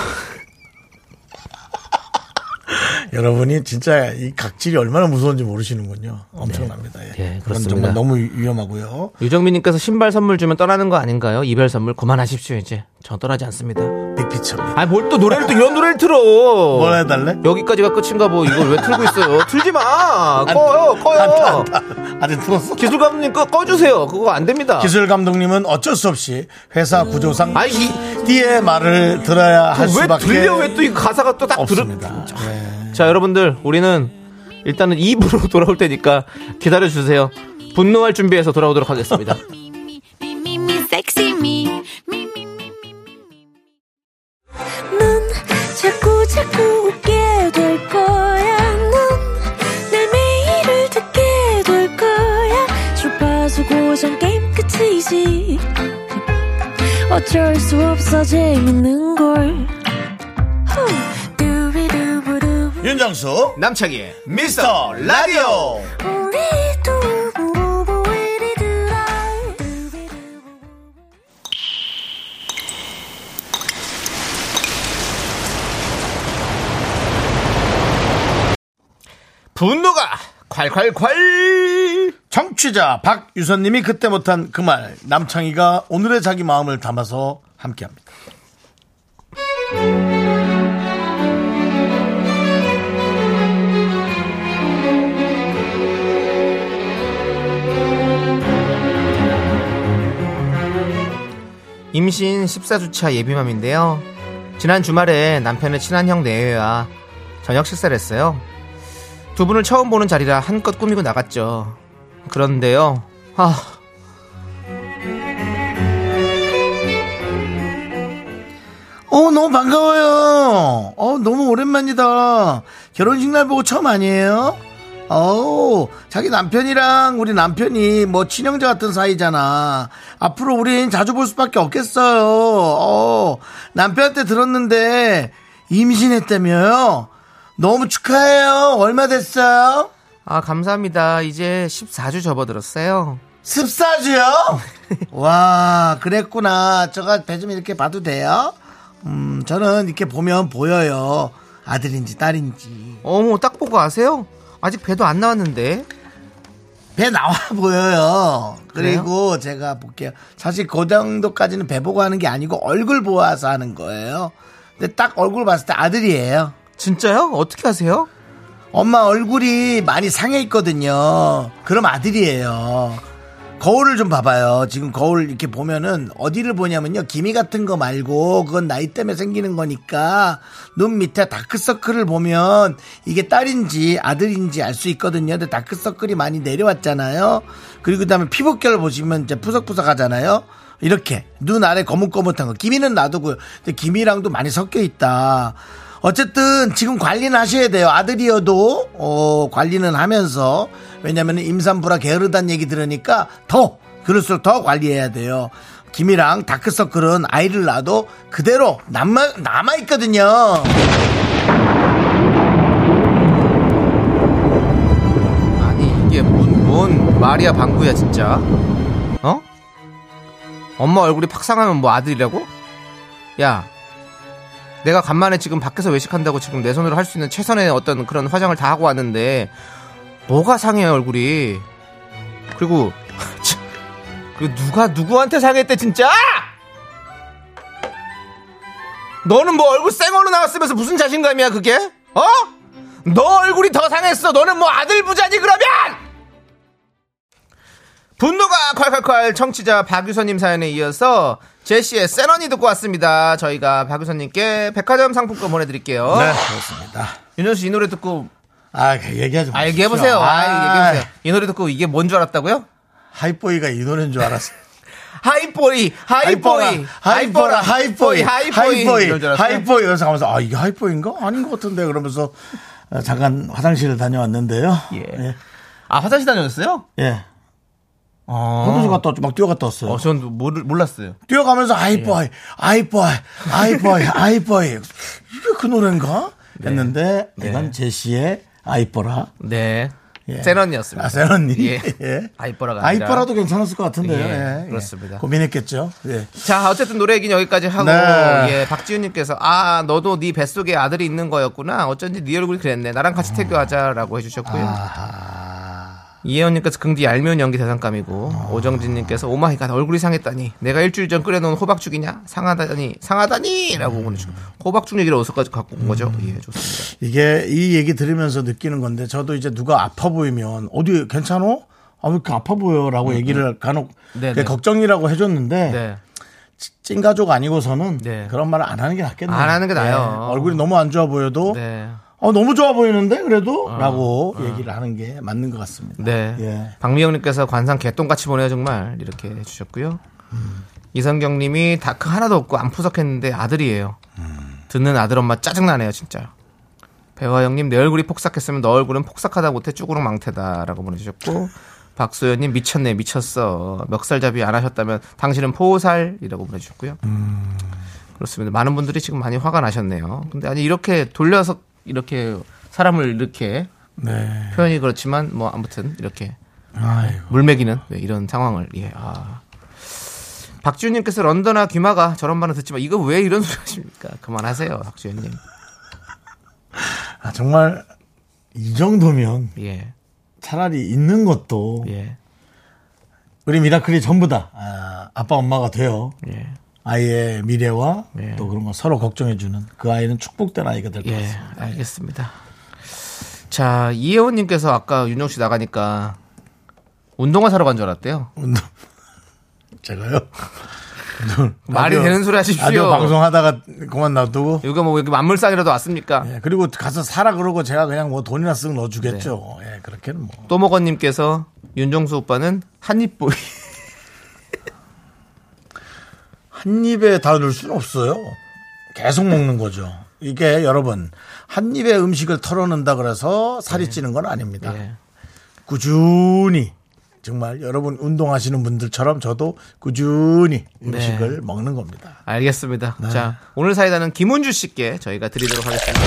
A: 여러분이 진짜 이 각질이 얼마나 무서운지 모르시는군요. 엄청납니다. 예.
B: 예,
A: 그건
B: 그렇습니다.
A: 정말 너무 위- 위험하고요.
B: 유정민님께서 신발 선물 주면 떠나는 거 아닌가요? 이별 선물 그만하십시오 이제. 전 떠나지 않습니다.
A: 빅피처입니다.
B: 아 뭘 또 노래를 또 이런 노래를 틀어? 어.
A: 뭘 해달래?
B: 여기까지가 끝인가 뭐 이걸 왜 틀고 있어요? 틀지 마. 꺼요 꺼요.
A: 아직 들었어?
B: 기술 감독님 꺼 꺼주세요. 그거 안 됩니다.
A: 기술 감독님은 어쩔 수 없이 회사 구조상
B: 음. 아이,
A: D의 말을 들어야 할
B: 왜
A: 수밖에
B: 들려 왜 또 이 가사가 또 딱 들어?
A: 없습니다. 예.
B: 자 여러분들 우리는 일단은 2부로 돌아올 테니까 기다려 주세요. 분노할 준비해서 돌아오도록 하겠습니다.
G: 넌 자꾸 자꾸 웃게 될 거야. 넌내 매일을 듣게 될 거야. 주파수 고정 게임 끝이지. 어쩔 수 없어 재밌는 걸. 후. 두비두부두부.
A: 예. 윤정수
B: 남창희
A: 미스터 라디오
G: 우리 두부부부 우리 두라. 두비두부부.
B: 분노가 콸콸콸.
A: 정취자 박유선님이 그때 못한 그 말 남창희가 오늘의 자기 마음을 담아서 함께합니다.
B: 임신 14주차 예비맘인데요. 지난 주말에 남편의 친한 형 내외와 저녁 식사를 했어요. 두 분을 처음 보는 자리라 한껏 꾸미고 나갔죠. 그런데요. 아.
A: 어 너무 반가워요. 어 너무 오랜만이다. 결혼식 날 보고 처음 아니에요? 어 자기 남편이랑 우리 남편이 뭐 친형제 같은 사이잖아. 앞으로 우린 자주 볼 수밖에 없겠어요. 어 남편한테 들었는데 임신했다며요. 너무 축하해요. 얼마 됐어요?
B: 아, 감사합니다. 이제 14주 접어들었어요.
A: 습사주요? 와, 그랬구나. 저가 배 좀 이렇게 봐도 돼요? 음, 저는 이렇게 보면 보여요. 아들인지 딸인지.
B: 어머, 딱 보고 아세요? 아직 배도 안 나왔는데.
A: 배 나와 보여요. 그리고 제가 볼게요. 사실 그 정도까지는 배 보고 하는 게 아니고 얼굴 보아서 하는 거예요. 근데 딱 얼굴 봤을 때 아들이에요.
B: 진짜요? 어떻게 아세요?
A: 엄마 얼굴이 많이 상해 있거든요. 그럼 아들이에요. 거울을 좀 봐봐요. 지금 거울 이렇게 보면은 어디를 보냐면요. 기미 같은 거 말고 그건 나이 때문에 생기는 거니까 눈 밑에 다크서클을 보면 이게 딸인지 아들인지 알 수 있거든요. 근데 다크서클이 많이 내려왔잖아요. 그리고 그다음에 피부결 보시면 이제 푸석푸석하잖아요. 이렇게 눈 아래 거뭇거뭇한 거. 기미는 놔두고요. 근데 기미랑도 많이 섞여 있다. 어쨌든 지금 관리는 하셔야 돼요. 아들이어도 어, 관리는 하면서 왜냐하면 임산부라 게으르다는 얘기 들으니까 더 그럴수록 더 관리해야 돼요. 김이랑 다크서클은 아이를 낳아도 그대로 남아, 남아있거든요. 어?
B: 아니, 이게 뭔, 뭔 말이야, 방구야, 진짜. 어? 엄마 얼굴이 팍상하면 뭐 아들이라고? 야, 내가 간만에 지금 밖에서 외식한다고 지금 내 손으로 할 수 있는 최선의 어떤 그런 화장을 다 하고 왔는데, 뭐가 상해, 얼굴이. 그리고, 참, 그리고 누가 누구한테 상했대, 진짜? 너는 뭐 얼굴 쌩얼로 나왔으면서 무슨 자신감이야, 그게? 어? 너 얼굴이 더 상했어. 너는 뭐 아들 부자니, 그러면! 분노가 콸콸콸 청취자 박유선님 사연에 이어서 제시의 센언니 듣고 왔습니다. 저희가 박유선님께 백화점 상품권 보내드릴게요.
A: 네, 그렇습니다.
B: 윤현수 씨 이 노래 듣고
A: 아, 그 얘기하지 마세요.
B: 알게 해보세요. 아, 얘기해보세요. 이 노래 듣고 이게 뭔 줄 알았다고요?
A: 하이보이가 이 노래인 줄 알았어요.
B: 하이보이, 하이보이,
A: 하이보라, 하이보이,
B: 하이보이,
A: 하이보이,
B: 이런 줄 알았어요?
A: 하이보이. 그래서 가면서 아 이게 하이보이인가? 아닌 것 같은데 그러면서 어, 잠깐 화장실을 다녀왔는데요.
B: 예. 아 화장실 다녀왔어요?
A: 예.
B: 어.
A: 화장실 갔다 왔죠. 막 뛰어갔다 왔어요.
B: 어, 예. 전 모르, 몰랐어요.
A: 뛰어가면서 아이보이, 아이보이, 아이보이, 아이보이.
B: 네.
A: 이게 그 노래인가? 했는데 이건 제시의 아이보라.
B: 네.
A: 예.
B: 센 언니였습니다.
A: 아, 센 언니.
B: 예.
A: 예.
B: 아이뻐라가 아니라.
A: 아이뻐라도 괜찮았을 것 같은데요.
B: 예,
A: 예, 예.
B: 그렇습니다.
A: 고민했겠죠. 예.
B: 자, 어쨌든 노래 얘기는 여기까지 하고
A: 네.
B: 예, 박지훈님께서 아 너도 네 뱃속에 아들이 있는 거였구나. 어쩐지 네 얼굴이 그랬네. 나랑 같이 태교하자라고 해주셨고요. 이혜원님께서 긍디 얄미운 연기 대상감이고
A: 어.
B: 오정진님께서 오마이갓 얼굴이 상했다니 내가 일주일 전 끓여놓은 호박죽이냐 상하다니 상하다니라고
A: 음.
B: 보내주고 호박죽 얘기를 어디서까지 갖고 온 거죠? 예, 좋습니다.
A: 이게 이 얘기 들으면서 느끼는 건데 저도 이제 누가 아파 보이면 어디 괜찮어? 아, 왜 이렇게 아파 보여라고 얘기를 간혹
B: 음, 네,
A: 그게
B: 네.
A: 걱정이라고 해줬는데
B: 네.
A: 찐가족 아니고서는
B: 네.
A: 그런 말을 안 하는 게 낫겠네요.
B: 안 하는 게
A: 예.
B: 나아요.
A: 얼굴이 너무 안 좋아 보여도
B: 네. 아.
A: 어, 너무 좋아 보이는데 그래도 라고 얘기를 하는 게 맞는 것 같습니다.
B: 네.
A: 예.
B: 박미영님께서 관상 개똥같이 보내요 정말 이렇게 해주셨고요. 이성경님이 다크 하나도 없고 안 푸석했는데 아들이에요.
A: 음.
B: 듣는 아들 엄마 짜증나네요 진짜. 배화영님 내 얼굴이 폭삭했으면 너 얼굴은 폭삭하다 못해 쭈구렁 망태다라고 보내주셨고 박소연님 미쳤네 미쳤어 멱살잡이 안 하셨다면 당신은 포살이라고 보내주셨고요.
A: 음.
B: 그렇습니다. 많은 분들이 지금 많이 화가 나셨네요. 근데 아니 이렇게 돌려서 이렇게 사람을 이렇게
A: 네.
B: 표현이 그렇지만 뭐 아무튼 이렇게
A: 아이고.
B: 물매기는 네, 이런 상황을 예. 아. 박지훈님께서 런던아 귀마가 저런 말은 듣지만 이거 왜 이런 소리 하십니까? 그만하세요, 박지훈님.
A: 아, 정말 이 정도면
B: 예,
A: 차라리 있는 것도
B: 예,
A: 우리 미라클이 전부 다 아, 아빠 엄마가 돼요.
B: 예,
A: 아이의 미래와
B: 예.
A: 또 그런 거 서로 걱정해주는 그 아이는 축복된 아이가 될 것
B: 예.
A: 같습니다.
B: 알겠습니다. 자 이혜원님께서 아까 윤종 씨 나가니까 운동화 사러 간 줄 알았대요.
A: 운동 제가요
B: 말이
A: 라디오-
B: 되는 소리
A: 라디오
B: 하십시오.
A: 방송하다가 그만 놔두고
B: 이거 뭐 이렇게 만물상이라도 왔습니까?
A: 예, 그리고 가서 사라 그러고 제가 그냥 뭐 돈이나 쓰고 넣어주겠죠.
B: 네.
A: 예, 그렇게는 뭐
B: 또먹어님께서 윤종수 오빠는 한입보이.
A: 한 입에 다 넣을 수는 없어요. 계속 먹는 거죠. 이게 여러분 한 입에 음식을 털어낸다 그래서 살이 찌는 건 아닙니다.
B: 예.
A: 꾸준히 정말 여러분 운동하시는 분들처럼 저도 꾸준히 음식을 먹는 겁니다.
B: 알겠습니다. 자, 오늘 사이다는 김은주 씨께 저희가 드리도록 하겠습니다.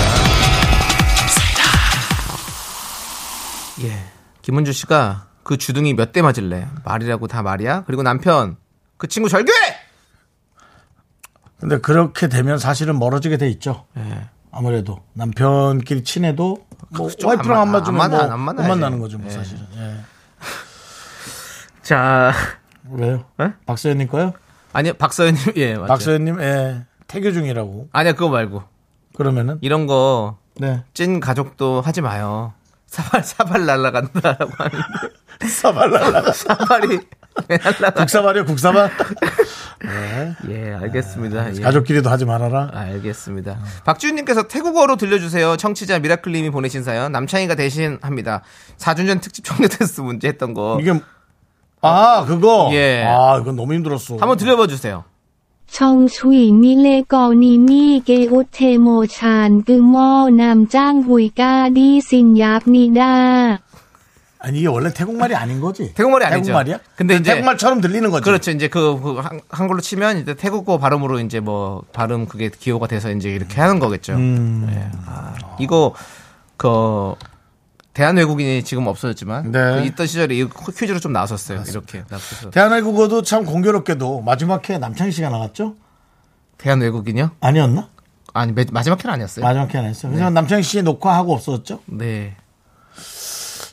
B: 예. 김은주 씨가 그 주둥이 몇 대 맞을래? 말이라고 다 말이야? 그리고 남편, 그 친구 절교해!
A: 근데 그렇게 되면 사실은 멀어지게 돼 있죠.
B: 예.
A: 아무래도 남편끼리 친해도 뭐
B: 그쵸,
A: 와이프랑
B: 안
A: 안 맞으면
B: 만-
A: 뭐
B: 안 만나야지.
A: 못 만나는 거죠, 뭐
B: 예.
A: 사실은. 예.
B: 자,
A: 왜요?
B: 예?
A: 박서연님 거요?
B: 아니요, 박서연님, 예, 맞죠.
A: 박서연님, 예, 태교 중이라고.
B: 아니야, 그거 말고.
A: 그러면은
B: 이런 거,
A: 네
B: 찐 가족도 하지 마요. 사발, 사발 날라간다라고 하는데.
A: 사발랄라
B: 사발이 왜 날라가?
A: 국사발이요, 국사발.
B: 예, 알겠습니다. 예.
A: 가족끼리도 하지 말아라.
B: 알겠습니다. 박지훈님께서 태국어로 들려주세요. 청취자 미라클님이 보내신 사연 남창희가 대신합니다. 4준전 특집 종료 테스트 문제 했던 거
A: 이게 뭐- 아 그거
B: 어. 예.
A: 아 이건 너무 힘들었어.
B: 한번 들려봐 주세요.
H: 청수인이 레거니미게 오테모찬 그모 남장후이까리 신약니다.
A: 아니 이게 원래 태국말이 아닌 거지?
B: 태국말이 아니죠.
A: 태국말이야?
B: 근데 이제-
A: 태국말처럼 들리는 거지.
B: 그렇죠. 이제 그, 그 한- 한글로 치면 이제 태국어 발음으로 이제 뭐 발음 그게 기호가 돼서 이제 이렇게 하는 거겠죠.
A: 음.
B: 예. 아, 이거 그 대한 외국인이 지금 없어졌지만
A: 네.
B: 그 있던 시절에 이 퀴즈로 좀 나왔었어요. 이렇게 납부해서.
A: 대한외국어도 참 공교롭게도 마지막 회 남창희 씨가 나갔죠?
B: 대한 외국인요?
A: 아니었나?
B: 아니 매- 마지막 회는 아니었어요.
A: 마지막 회안 했어. 그래서 남창희 씨 녹화하고 없어졌죠?
B: 네.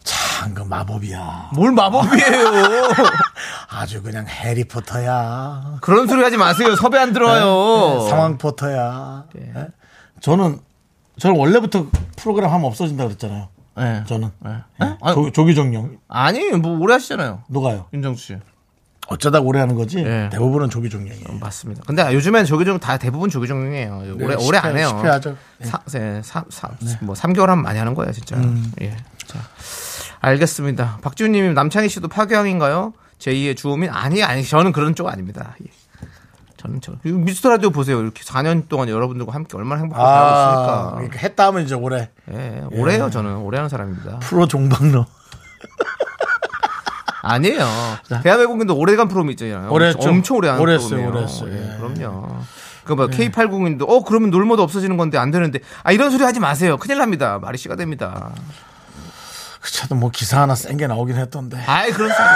A: 참, 그 마법이야.
B: 뭘 마법이에요.
A: 아주 그냥 해리포터야. 네,
B: 그런 소리 하지 마세요. 네. 섭외 안 들어요.
A: 상황포터야. 예? 저는, 저는 원래부터 프로그램 하면 없어진다 그랬잖아요.
B: 예.
A: 저는. 예?
B: 아니-
A: 조, 조기종영.
B: 아니, 뭐 오래 하시잖아요.
A: 녹아요.
B: 윤정수 씨.
A: 어쩌다 오래 하는 거지?
B: 예. 음,
A: 대부분은 조기종영이에요.
B: 맞습니다. 근데 요즘엔 조기종 다 대부분 조기종이에요. 오래 오래 안
A: 실패-
B: 해요.
A: 실패하죠. 예.
B: 사, 네, 사, 사, 뭐 3개월 하면 많이 하는 거예요, 진짜. 예. 자. 알겠습니다. 박지훈 님이 남창희 씨도 파괴왕인가요? 제2의 주호민 아니 아니 저는 그런 쪽 아닙니다. 예. 저는 저 미스터 라디오 보세요. 이렇게 4년 동안 여러분들과 함께 얼마나 행복하게
A: 아,
B: 살고 있으니까.
A: 그러니까 했다 하면 이제 올해
B: 예, 오래요 저는 오래 하는 사람입니다.
A: 프로 종방로.
B: 아니에요. 대한 외국인도 오래간 프로미잖아요.
A: 오래 했죠.
B: 엄청 오래 하는
A: 오래 했어요,
B: 프로그램이에요.
A: 오래 했어요.
B: 예,
A: 예.
B: 그럼요. 그뭐 K80인도 어 그러면 놀모도 없어지는 건데 안 되는데 아 이런 소리 하지 마세요. 큰일 납니다. 말이 씨가 됩니다.
A: 그쵸. 저도 뭐 기사 하나 센 게 나오긴 했던데.
B: 아이 그런 소리.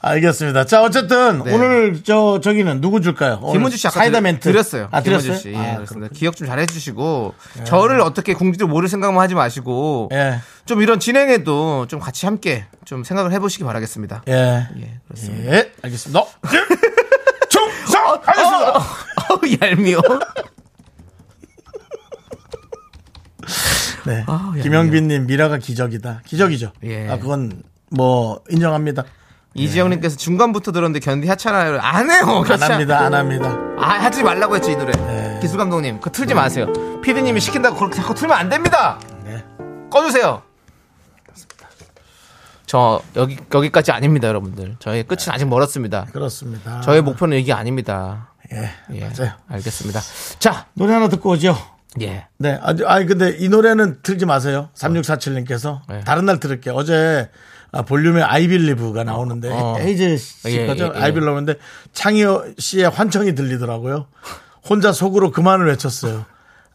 A: 알겠습니다. 자, 어쨌든
B: 네.
A: 오늘 저 저기는 누구 줄까요? 오늘
B: 김원주 씨 아까
A: 사이다
B: 드렸-
A: 멘트
B: 드렸어요.
A: 아,
B: 김원주
A: 드렸어요.
B: 씨.
A: 아,
B: 예, 그렇습니다.
A: 그렇군요.
B: 기억 좀 잘 해주시고 저를 어떻게 공지를 모를 생각만 하지 마시고
A: 예.
B: 좀 이런 진행에도 좀 같이 함께 좀 생각을 해보시기 바라겠습니다.
A: 예.
B: 예, 그렇습니다.
A: 예. 알겠습니다. 충성! 알겠습니다.
B: 어우 얄미워.
A: 네.
B: 아우, 야,
A: 김영빈님 미라가 기적이다. 기적이죠.
B: 예.
A: 아 그건 뭐 인정합니다.
B: 이지영님께서 중간부터 들었는데 견디 하찮아요. 안 해요.
A: 안
B: 하찮-
A: 합니다. 안 합니다.
B: 아 하지 말라고 했죠 이 노래.
A: 네.
B: 기수 감독님 그거 틀지 마세요. 피디님이 시킨다고 그렇게 자꾸 틀면 안 됩니다.
A: 네.
B: 꺼주세요. 저 여기 여기까지 아닙니다, 여러분들. 저희 끝은 아직 멀었습니다.
A: 그렇습니다.
B: 저의 목표는 이게 아니다.
A: 예.
B: 예,
A: 맞아요.
B: 알겠습니다. 자,
A: 노래 하나 듣고 오죠.
B: 예,
A: 네. 아주 아니 근데 이 노래는 틀지 마세요. 3647님께서
B: 네.
A: 다른 날 들을게요. 어제 아, 볼륨의 아이빌리브가 나오는데
B: 어.
A: 헤이즈 씨
B: 예,
A: 거죠.
B: 예, 예.
A: 아이빌리브인데 창희어 씨의 환청이 들리더라고요. 혼자 속으로 그만을 외쳤어요.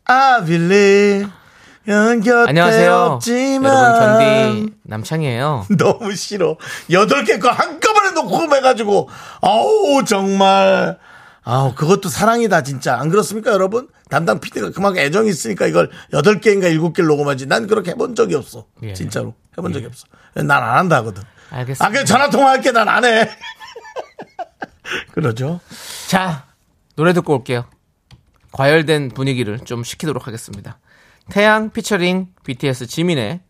A: I believe 연 곁에
B: 안녕하세요.
A: 없지만
B: 여러분 견디 남창이에요.
A: 너무 싫어. 여덟 개 거 한꺼번에 녹음해가지고, 아우, 정말. 아우, 그것도 사랑이다, 진짜. 안 그렇습니까, 여러분? 담당 PD가 그만큼 애정이 있으니까 이걸 여덟 개인가 일곱 개를 녹음하지. 난 그렇게 해본 적이 없어.
B: 예.
A: 진짜로. 해본 적이 없어. 난 안 한다 하거든.
B: 알겠습니다.
A: 아, 그냥 전화통화할게. 난 안 해. 그러죠.
B: 자, 노래 듣고 올게요. 과열된 분위기를 좀 식히도록 하겠습니다. 태양 피처링 BTS 지민의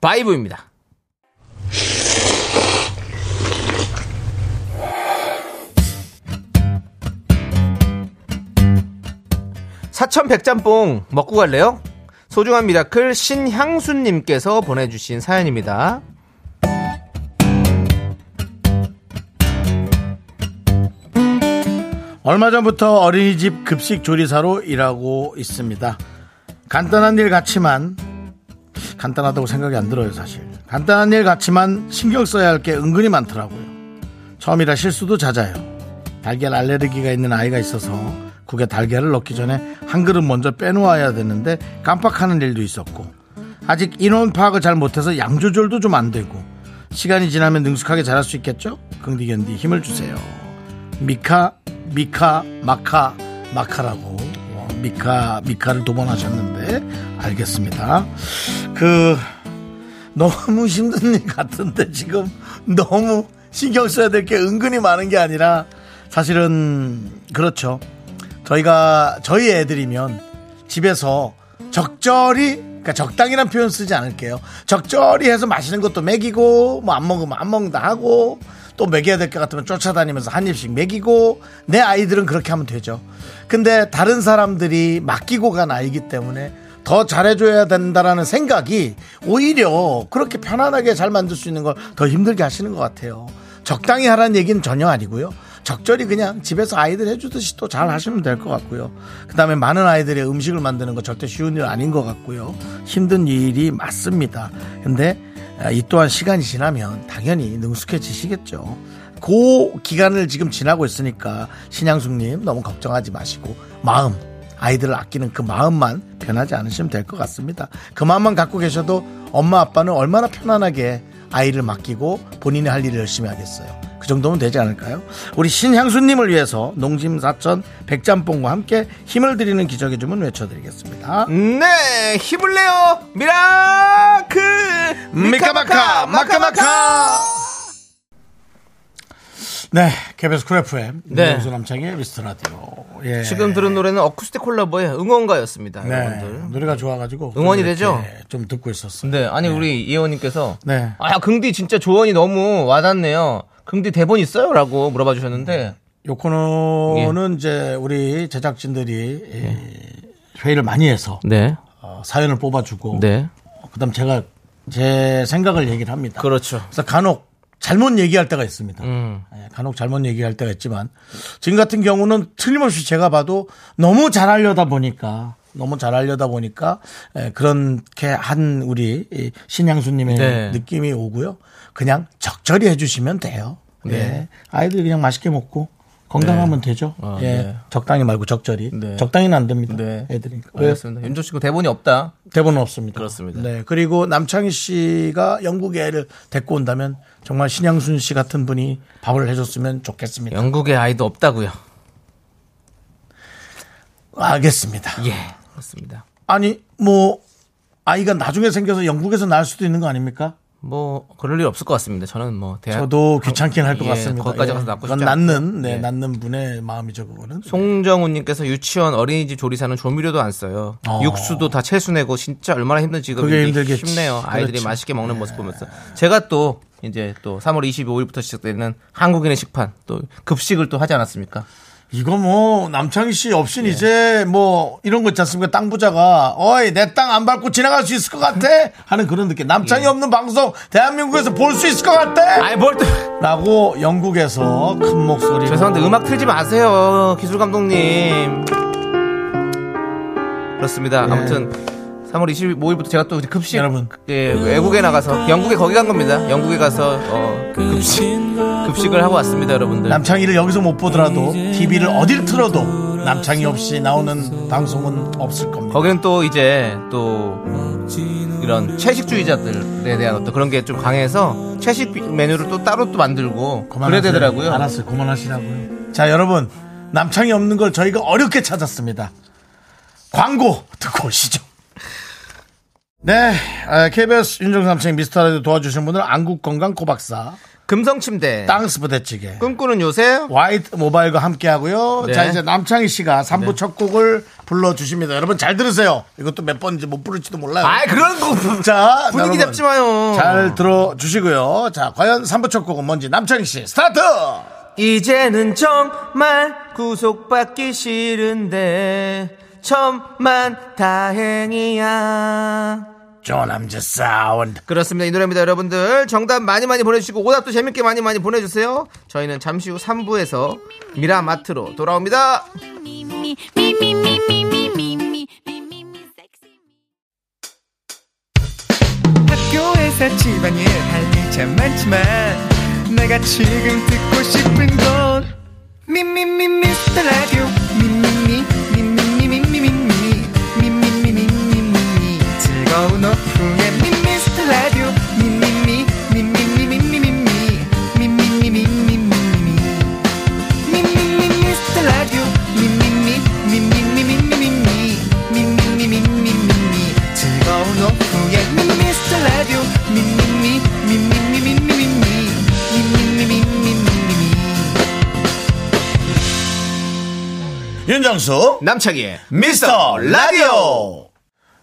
B: 바이브입니다. 사천 백짬뽕 먹고 갈래요? 소중한 미라클 신향수님께서 보내주신 사연입니다.
A: 얼마 전부터 어린이집 급식 조리사로 일하고 있습니다. 간단한 일 같지만 간단하다고 생각이 안 들어요 사실. 간단한 일 같지만 신경 써야 할 게 은근히 많더라고요. 처음이라 실수도 잦아요. 달걀 알레르기가 있는 아이가 있어서 국에 달걀을 넣기 전에 한 그릇 먼저 빼놓아야 되는데 깜빡하는 일도 있었고 아직 인원 파악을 잘 못해서 양 조절도 좀 안 되고 시간이 지나면 능숙하게 잘할 수 있겠죠? 긍디견디 힘을 주세요. 미카 미카 마카 마카라고 어, 미카 미카를 두 번 하셨는데 알겠습니다. 그 너무 힘든 일 같은데 지금 너무 신경 써야 될 게 은근히 많은 게 아니라 사실은 그렇죠. 저희가 저희 애들이면 집에서 적절히 그러니까 적당이란 표현 쓰지 않을게요. 적절히 해서 맛있는 것도 먹이고 뭐 안 먹으면 안 먹는다 하고 또 먹여야 될 것 같으면 쫓아다니면서 한 입씩 먹이고 내 아이들은 그렇게 하면 되죠. 근데 다른 사람들이 맡기고 간 아이기 때문에 더 잘해줘야 된다라는 생각이 오히려 그렇게 편안하게 잘 만들 수 있는 걸 더 힘들게 하시는 것 같아요. 적당히 하라는 얘기는 전혀 아니고요. 적절히 그냥 집에서 아이들 해주듯이 또 잘 하시면 될 것 같고요. 그 다음에 많은 아이들의 음식을 만드는 거 절대 쉬운 일 아닌 것 같고요. 힘든 일이 맞습니다. 근데 아, 이 또한 시간이 지나면 당연히 능숙해지시겠죠. 그 기간을 지금 지나고 있으니까 신양숙님 너무 걱정하지 마시고 마음 아이들을 아끼는 그 마음만 변하지 않으시면 될 것 같습니다. 그 마음만 갖고 계셔도 엄마 아빠는 얼마나 편안하게 아이를 맡기고 본인이 할 일을 열심히 하겠어요. 그 정도면 되지 않을까요? 우리 신향수님을 위해서 농심 사천 백짬뽕과 함께 힘을 드리는 기적의 주문 외쳐드리겠습니다.
B: 네, 힘을 내요, 미라클
A: 미카마카 마카마카 네, KBS 쿨 FM
B: 네.
A: 네. 수 남창의 미스터 라디오 예.
B: 지금 들은 노래는 어쿠스틱 콜라보의 응원가였습니다,
A: 네,
B: 여러분들.
A: 노래가 좋아가지고
B: 응원이
A: 좀
B: 되죠?
A: 이렇게 좀 듣고 있었어요.
B: 네, 아니 우리 이혜원님께서
A: 네.
B: 아 긍디 진짜 조언이 너무 와닿네요. 긍디 대본 있어요?라고 물어봐 주셨는데
A: 요 코너는 이제 우리 제작진들이 이 회의를 많이 해서
B: 네,
A: 어, 사연을 뽑아주고
B: 네,
A: 그다음 제가 제 생각을 얘기를 합니다.
B: 그렇죠. 음.
A: 그래서 간혹 잘못 얘기할 때가 있습니다. 예, 간혹 잘못 얘기할 때가 있지만 지금 같은 경우는 틀림없이 제가 봐도 너무 잘하려다 보니까 너무 잘하려다 보니까 예, 그렇게 한 우리 이 신양수님의
B: 네.
A: 느낌이 오고요. 그냥 적절히 해주시면 돼요. 예. 아이들 그냥 맛있게 먹고 건강하면 되죠.
B: 아,
A: 예.
B: 네. 네.
A: 적당히 말고 적절히.
B: 네.
A: 적당히는 안 됩니다.
B: 네.
A: 애들이. 그래요?
B: 알겠습니다. 윤종 씨가 대본이 없다.
A: 대본은 없습니다.
B: 그렇습니다.
A: 네. 그리고 남창희 씨가 영국 애를 데리고 온다면 정말 신양순 씨 같은 분이 밥을 해줬으면 좋겠습니다.
B: 영국의 아이도 없다고요.
A: 알겠습니다.
B: 예, 그렇습니다.
A: 아니, 뭐, 아이가 나중에 생겨서 영국에서 낳을 수도 있는 거 아닙니까?
B: 뭐 그럴 일 없을 것 같습니다. 저는 뭐 대학
A: 저도 귀찮긴 할 것
B: 예,
A: 같습니다.
B: 거기까지
A: 예.
B: 가서 낳고
A: 그건
B: 싶지 않
A: 낳는, 네,
B: 예.
A: 낳는 분의 마음이죠, 그거는.
B: 송정훈님께서 유치원 어린이집 조리사는 조미료도 안 써요.
A: 어.
B: 육수도 다 채수 내고 진짜 얼마나 힘든
A: 그게
B: 직업인지
A: 힘들겠지. 그렇죠.
B: 쉽네요. 아이들이
A: 그렇지.
B: 맛있게 먹는 모습 보면서 제가 또 이제 또 3월 25일부터 시작되는 한국인의 식판 또 급식을 또 하지 않았습니까?
A: 이거 뭐 남창희 씨
B: 예.
A: 없인 이제 뭐 이런 거 있지 않습니까? 땅 부자가 어이 내 땅 안 밟고 지나갈 수 있을 것 같아 하는 그런 느낌.
B: 예.
A: 남창희 없는 방송 대한민국에서 볼 수 있을 것 같아.
B: 아이 뭘 또
A: 라고 영국에서 큰 목소리.
B: 죄송한데 음악 틀지 마세요 기술 감독님. 그렇습니다. 아무튼 3월 25일부터 제가 또 이제 급식
A: 네. 여러분.
B: 예, 외국에 나가서 영국에 거기 간 겁니다. 영국에 가서 어, 급식 급식을 하고 왔습니다, 여러분들.
A: 남창희를 여기서 못 보더라도 TV를 어딜 틀어도 남창희 없이 나오는 방송은 없을 겁니다.
B: 거기는 또 이제 또 이런 채식주의자들에 대한 어떤 그런 게 좀 강해서 채식 메뉴를 또 따로 또 만들고 그래야
A: 그만하세요.
B: 되더라고요.
A: 알았어요. 그만하시라고요. 자, 여러분. 남창이 없는 걸 저희가 어렵게 찾았습니다. 광고 듣고 오시죠. 네. 아, KBS 윤정삼창 미스터라디오 도와주신 분들 안국건강 코박사,
B: 금성침대,
A: 땅스부대찌개,
B: 꿈꾸는 요새,
A: 와이트 모바일과 함께 하고요.
B: 네.
A: 자, 이제 남창희 씨가 3부 첫 곡을 불러주십니다. 여러분 잘 들으세요. 이것도 몇 번인지 못 부를지도 몰라요.
B: 아 그런 거
A: 자,
B: 분위기
A: 여러분
B: 잡지 마요.
A: 잘 들어주시고요. 자, 과연 3부 첫 곡은 뭔지 남창희 씨 스타트!
B: 이제는 정말 구속받기 싫은데 천만 다행이야.
A: 조남자 사운드.
B: 그렇습니다. 이 노래입니다, 여러분들. 정답 많이 많이 보내주시고 오답도 재밌게 많이 많이 보내주세요. 저희는 잠시 후 3부에서 미라마트로 돌아옵니다.
I: 학교에서 집안일 할 일 참 많지만 내가 지금 듣고 싶은 건 미미미 미스터 라디오 미미미 미미미 미미미 미미미 미미미 즐거운 오후에 미스터 라디오 미미미 미미미 미미미 미미미 미미미 미미미 미스터 라디오 미미미 미미미 미미미 미미미 미미미 즐거운 오후에 미스터 라디오 미미미 미미미 미미미 미미미 미미미
A: 윤정수,
B: 남창희의
A: 미스터 라디오!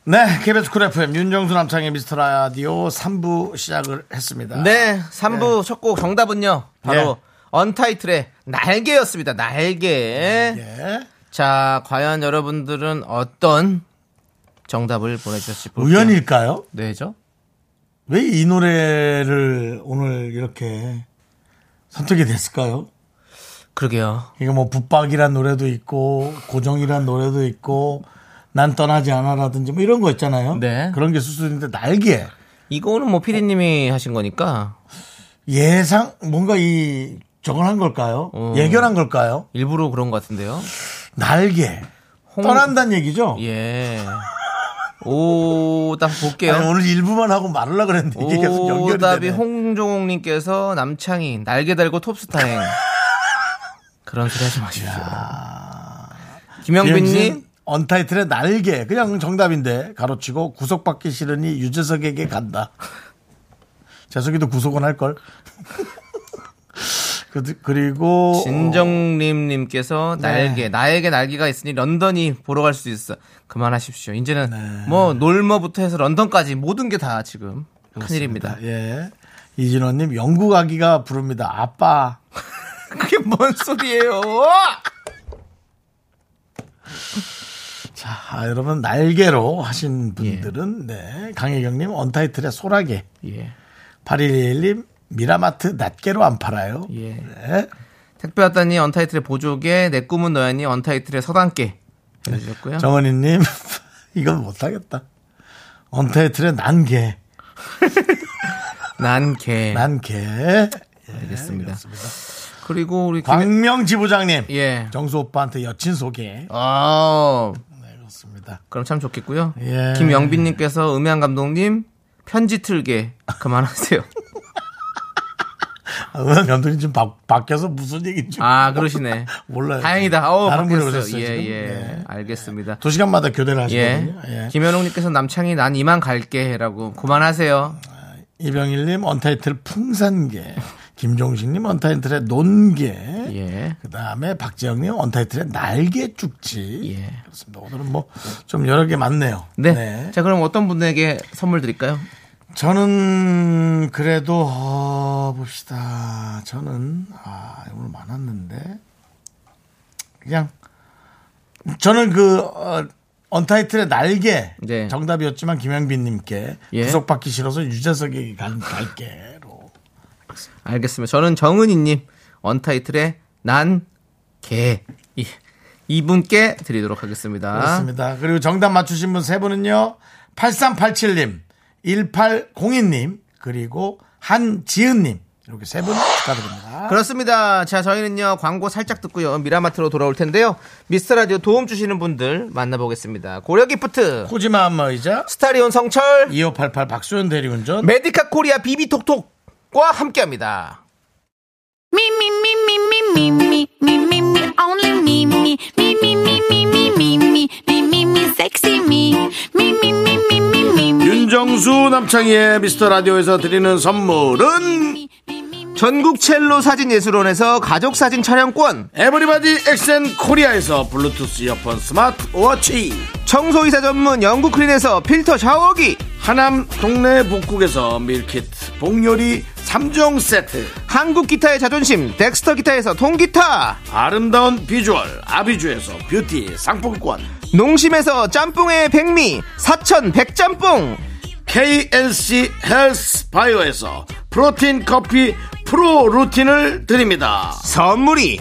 A: 네, KBS 쿨 FM 윤정수 남창의 미스터 라디오 3부 시작을 했습니다.
B: 네, 3부 첫 곡 정답은요. 바로 언타이틀의 날개였습니다. 날개.
A: 예.
B: 자, 과연 여러분들은 어떤 정답을 보내주셨을지 볼게요.
A: 우연일까요?
B: 네죠?
A: 왜 이 노래를 오늘 이렇게 선택이 됐을까요?
B: 그러게요.
A: 이거 뭐 붙박이란 노래도 있고 고정이란 노래도 있고 난 떠나지 않아라든지 뭐 이런 거 있잖아요.
B: 네.
A: 그런 게 수술인데 날개
B: 이거는 뭐 피디님이 하신 거니까
A: 예상 뭔가 이 저걸 한 걸까요?
B: 어.
A: 예견한 걸까요?
B: 일부러 그런 것 같은데요.
A: 날개
B: 홍-
A: 떠난다는 얘기죠.
B: 예. 오답 볼게요.
A: 아니, 오늘 일부만 하고 말하려 그랬는데 이게 계속 연결이
B: 오답이
A: 되네.
B: 홍종욱님께서 남창희 날개 달고 톱스타행 그런 소리 하지 마십시오. 김영빈님
A: 이영진, 언타이틀의 날개 그냥 정답인데 가로치고 구속받기 싫으니 유재석에게 간다. 재석이도 구속은 할 걸. 그리고
B: 진정림님께서
A: 네.
B: 날개 나에게 날개가 있으니 런던이 보러 갈 수 있어. 그만하십시오. 이제는
A: 네.
B: 뭐 놀머부터 해서 런던까지 모든 게 다 지금 큰일입니다.
A: 예. 이진호님, 영국 아기가 부릅니다. 아빠.
B: 그게 뭔 소리예요?
A: 자, 아, 여러분, 날개로 하신 분들은, 네. 강혜경님, 언타이틀의 소라게.
B: 예.
A: 8121님, 미라마트 낱개로 안 팔아요.
B: 예.
A: 네.
B: 택배 왔다니 언타이틀의 보조개 내 꿈은 너야니 언타이틀의 서단께 해주셨고요.
A: 정은희님, 이건 못하겠다. 언타이틀의 난개.
B: 난개
A: 난개.
B: 예. 알겠습니다. 그리고 우리 김-
A: 광명 지부장님.
B: 예.
A: 정수 오빠한테 여친 소개.
B: 아,
A: 그렇습니다.
B: 그럼 참 좋겠고요.
A: 예.
B: 김영빈님께서 음향 감독님 편지 틀게 그만하세요.
A: 아, 오늘 면도리 좀 바, 바뀌어서 무슨 얘기인지
B: 아 그러시네.
A: 몰라요.
B: 다행이다. 어,
A: 다른 분이
B: 바뀌었어요.
A: 오셨어요.
B: 예,
A: 지금.
B: 예,
A: 예.
B: 알겠습니다.
A: 두 시간마다 교대를
B: 예.
A: 하시거든요. 예.
B: 김현웅님께서 남창이 난 이만 갈게라고 그만하세요.
A: 이병일님 언타이틀 풍산계, 김종식님 언타이틀의 논계,
B: 예.
A: 그 다음에 박지영님 언타이틀의 날개 쭉지.
B: 예.
A: 그렇습니다. 오늘은 뭐 좀 여러 개 많네요.
B: 네. 자 그럼 어떤 분에게 선물 드릴까요?
A: 저는 그래도 어, 봅시다. 저는 아 오늘 많았는데 그냥 저는 그 어, 언타이틀의 날개
B: 네.
A: 정답이었지만 김영빈님께
B: 예.
A: 구속받기 싫어서 유재석에게 갈, 갈게로
B: 알겠습니다. 저는 정은이님 언타이틀의 난개 이, 이분께 드리도록 하겠습니다.
A: 그렇습니다. 그리고 정답 맞추신 분 세 분은요 8387님, 1802님 그리고 한지은님 이렇게 세 분 축하드립니다.
B: 그렇습니다. 자, 저희는요, 광고 살짝 듣고요. 미라마트로 돌아올 텐데요. 미스터 라디오 도움 주시는 분들 만나보겠습니다. 고려 기프트,
A: 코지마 안마의자
B: 스타리온 성철,
A: 2588 박수현 대리운전
B: 메디카 코리아 비비톡톡과 함께 합니다.
G: Me, me, me, me, me, me, me, me, me, me, only me, me, me, me, me, me, me, me, me, me, me, me, sexy me, me, me, me, me, me, me, me,
A: 윤정수 남창희의 미스터 라디오에서 드리는 선물은
B: 전국 첼로 사진 예술원에서 가족 사진 촬영권,
A: 에브리바디 엑센 코리아에서 블루투스 이어폰 스마트워치
B: 청소이사 전문 영국 클린에서 필터 샤워기,
A: 하남 동네 복국에서 밀키트 복요리 3종 세트
B: 한국 기타의 자존심, 덱스터 기타에서 통기타,
A: 아름다운 비주얼 아비주에서 뷰티 상품권
B: 농심에서 짬뽕의 백미, 사천 백짬뽕,
A: KNC 헬스 바이오에서 프로틴 커피 프로 루틴을 드립니다
B: 선물이